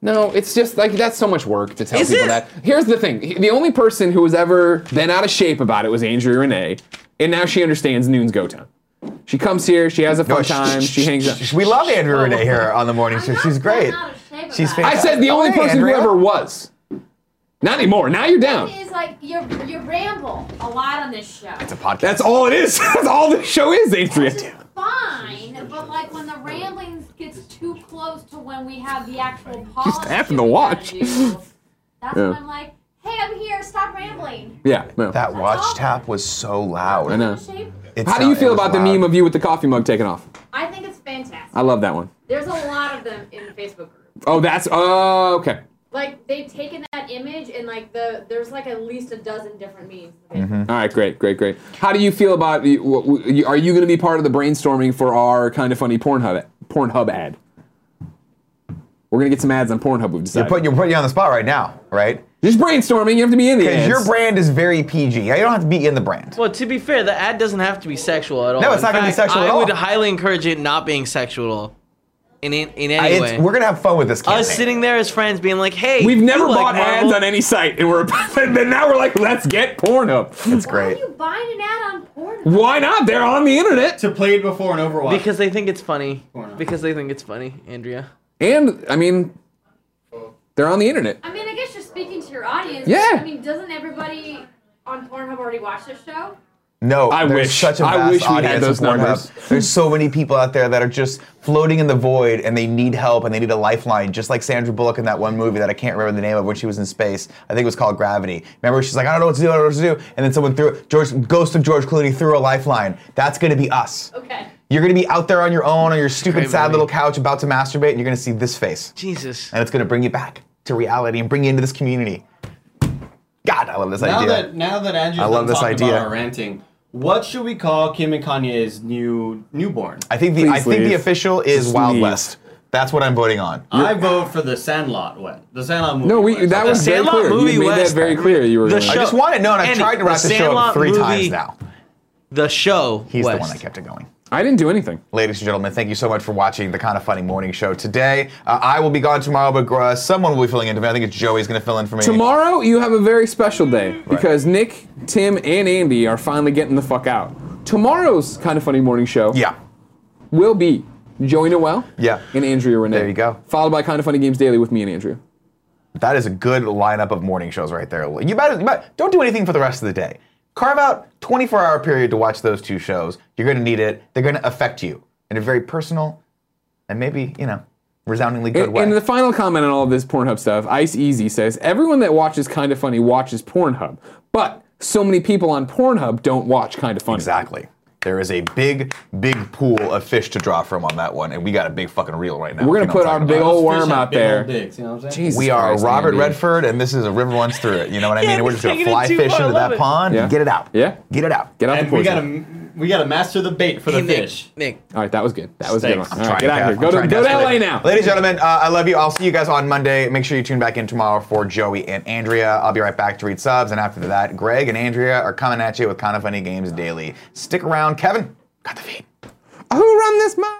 Speaker 2: No, it's just like that's so much work to tell
Speaker 4: Is
Speaker 2: people
Speaker 4: it?
Speaker 2: that. Here's the thing: He- the only person who was ever been out of shape about it was Andrea Renee, and now she understands noon's go time. She comes here, she has a fun
Speaker 1: No, sh-
Speaker 2: time,
Speaker 1: sh-
Speaker 2: she hangs
Speaker 1: sh-
Speaker 2: out.
Speaker 1: sh- We love Andrew Renee here on the morning show.
Speaker 8: not
Speaker 1: She's great.
Speaker 8: going out of shape
Speaker 1: She's
Speaker 8: about
Speaker 1: fantastic.
Speaker 8: it.
Speaker 2: I said the only
Speaker 1: Hey,
Speaker 2: person
Speaker 1: Andrea.
Speaker 2: who ever was. Not anymore. Now you're down.
Speaker 8: It's like you you ramble a lot on this show.
Speaker 1: It's a podcast.
Speaker 2: That's all it is. That's all the show is, Andrea.
Speaker 8: Which is fine, but like when the ramblings gets too close to when we have the actual policy.
Speaker 2: tapping the
Speaker 8: we gotta
Speaker 2: watch.
Speaker 8: do, That's
Speaker 2: Yeah.
Speaker 8: when I'm like, hey, I'm here. Stop rambling.
Speaker 2: Yeah. No.
Speaker 1: That watch tap was so loud.
Speaker 2: I know.
Speaker 8: Out of shape.
Speaker 1: It
Speaker 2: How do
Speaker 1: sound-
Speaker 2: you
Speaker 1: it
Speaker 2: feel
Speaker 1: was
Speaker 2: about the
Speaker 1: loud.
Speaker 2: meme of you with the coffee mug taken off?
Speaker 8: I think it's fantastic.
Speaker 2: I love that one.
Speaker 8: There's a lot of them in Facebook groups.
Speaker 2: Oh, that's oh okay.
Speaker 8: Like they've taken that image and like the there's like at least a dozen different memes.
Speaker 2: All right, great, great, great. How do you feel about? the- what- what- you- Are you going to be part of the brainstorming for our kind of funny Pornhub Pornhub ad? We're going to get some ads on Pornhub. We've
Speaker 1: You're
Speaker 2: decided.
Speaker 1: putting, you're putting you on the spot right now, right?
Speaker 2: Just brainstorming. You have to be in the
Speaker 1: Because
Speaker 2: ads.
Speaker 1: your brand is very PG. You don't have to be in the brand.
Speaker 4: Well, to be fair, the ad doesn't have to be sexual at all.
Speaker 1: No, it's
Speaker 4: In
Speaker 1: not gonna be
Speaker 4: fact,
Speaker 1: sexual
Speaker 4: I
Speaker 1: at all.
Speaker 4: would highly encourage it not being sexual in in, in
Speaker 1: I-
Speaker 4: any
Speaker 1: it's-
Speaker 4: way.
Speaker 1: we're gonna have fun with this campaign.
Speaker 4: Us sitting there as friends, being like, "Hey,
Speaker 2: We've
Speaker 4: you
Speaker 2: never
Speaker 4: like
Speaker 2: bought
Speaker 4: Marvel?
Speaker 2: ads on any site, and we're and then now we're like, let's get Pornhub.
Speaker 1: It's
Speaker 8: Why are
Speaker 1: great.
Speaker 8: you buying an ad on porn?
Speaker 2: Why not? They're on the internet.
Speaker 7: To play it before an Overwatch.
Speaker 4: because they think it's funny.
Speaker 7: Or not.
Speaker 4: Because they think it's funny, Andrea.
Speaker 2: And I mean, they're on the internet.
Speaker 8: I mean, I guess you're speaking to your audience.
Speaker 2: Yeah.
Speaker 8: I mean, doesn't everybody on Pornhub already watch this show?
Speaker 1: No,
Speaker 2: I
Speaker 1: there's
Speaker 2: wish-
Speaker 1: such a
Speaker 2: I
Speaker 1: vast
Speaker 2: wish we had
Speaker 1: audience of
Speaker 2: those
Speaker 1: Pornhub.
Speaker 2: numbers.
Speaker 1: There's so many people out there that are just floating in the void and they need help and they need a lifeline, just like Sandra Bullock in that one movie that I can't remember the name of when she was in space. I think it was called Gravity. Remember, she's like, I don't know what to do, I don't know what to do, and then someone threw George, Ghost of George Clooney threw a lifeline. That's gonna be us.
Speaker 8: Okay.
Speaker 1: You're gonna be out there on your own on your stupid,
Speaker 4: Great
Speaker 1: sad
Speaker 4: movie.
Speaker 1: little couch about to masturbate, and you're gonna see this face,
Speaker 4: Jesus.
Speaker 1: and it's gonna bring you back to reality and bring you into this community. God, I love this
Speaker 7: now
Speaker 1: idea.
Speaker 7: that now that Andrew's
Speaker 1: I love
Speaker 7: done
Speaker 1: this
Speaker 7: talking
Speaker 1: idea.
Speaker 7: about our ranting, what should we call Kim and Kanye's new newborn?
Speaker 1: I think the I
Speaker 2: Please
Speaker 1: think the
Speaker 2: leave.
Speaker 1: official is
Speaker 2: Just
Speaker 1: Wild
Speaker 2: leave.
Speaker 1: West. That's what I'm voting on.
Speaker 7: I vote for the Sandlot one. The Sandlot movie.
Speaker 2: No, we
Speaker 7: one.
Speaker 2: that was very
Speaker 4: Sandlot
Speaker 2: clear.
Speaker 4: movie
Speaker 2: You made that
Speaker 4: West.
Speaker 2: very clear. You were
Speaker 4: The
Speaker 2: gonna-
Speaker 1: I
Speaker 4: show-
Speaker 1: just want to know, and I've
Speaker 4: Andy,
Speaker 1: tried to wrap the,
Speaker 4: the
Speaker 1: show up
Speaker 4: Sandlot
Speaker 1: three times
Speaker 4: movie-
Speaker 1: now.
Speaker 4: The show.
Speaker 1: He's
Speaker 4: West.
Speaker 1: the one that kept it going.
Speaker 2: I didn't do anything.
Speaker 1: Ladies and gentlemen, thank you so much for watching the Kind of Funny Morning Show today. Uh, I will be gone tomorrow, but uh, someone will be filling in for me. I think it's Joey's going to fill in for me.
Speaker 2: Tomorrow you have a very special day because Nick, Tim, and Andy are finally getting the fuck out. Tomorrow's kind of funny morning show
Speaker 1: Yeah.
Speaker 2: will be Joey Noel
Speaker 1: Yeah.
Speaker 2: and Andrea Renee.
Speaker 1: There you go.
Speaker 2: Followed by kind of funny games daily with me and Andrea.
Speaker 1: That is a good lineup of morning shows right there. You better, you better don't do anything for the rest of the day. Carve out 24-hour period to watch those two shows. You're going to need it. They're going to affect you in a very personal and maybe, you know, resoundingly good
Speaker 2: And,
Speaker 1: way.
Speaker 2: and the final comment on all of this Pornhub stuff, Ice Easy says everyone that watches Kind of Funny watches Pornhub, but so many people on Pornhub don't watch Kind of Funny.
Speaker 1: Exactly. There is a big, big pool of fish to draw from on that one, and we got a big fucking reel right now.
Speaker 2: We're gonna
Speaker 1: You know what
Speaker 2: put
Speaker 1: I'm
Speaker 2: our
Speaker 1: talking
Speaker 2: big
Speaker 1: about.
Speaker 2: old
Speaker 7: Those fish
Speaker 2: worm
Speaker 7: have
Speaker 2: out
Speaker 7: big
Speaker 2: there.
Speaker 7: old dicks, you know what I'm saying?
Speaker 2: Jesus
Speaker 1: We are
Speaker 2: Christ,
Speaker 1: Robert
Speaker 2: Andy.
Speaker 1: Redford, and this is a river runs through it. You know what I mean?
Speaker 4: Yeah,
Speaker 1: We're
Speaker 4: he's
Speaker 1: just gonna
Speaker 4: taking it
Speaker 1: fly
Speaker 4: too
Speaker 1: fish
Speaker 4: far, I
Speaker 1: into
Speaker 4: love
Speaker 1: that
Speaker 4: it.
Speaker 1: pond
Speaker 2: Yeah.
Speaker 1: and get it out.
Speaker 2: Yeah.
Speaker 1: Get it out.
Speaker 2: Get out the
Speaker 7: And we
Speaker 2: poison.
Speaker 7: gotta we gotta master the bait for the
Speaker 4: Nick,
Speaker 7: fish.
Speaker 4: Nick.
Speaker 2: All right, that was good. That was
Speaker 7: Thanks.
Speaker 2: good.
Speaker 7: I'm
Speaker 2: All right,
Speaker 1: Trying
Speaker 2: get out of here.
Speaker 1: desperate-
Speaker 2: Go to,
Speaker 1: I'm
Speaker 2: go
Speaker 1: trying
Speaker 2: to LA
Speaker 1: desperately.
Speaker 2: now.
Speaker 1: Ladies and gentlemen, uh, I love you. I'll see you guys on Monday. Make sure you tune back in tomorrow for Joey and Andrea. I'll be right back to read subs, and after that, Greg and Andrea are coming at you with Kind of Funny Games Daily. Stick around. Kevin, got the feed.
Speaker 2: Who run this man?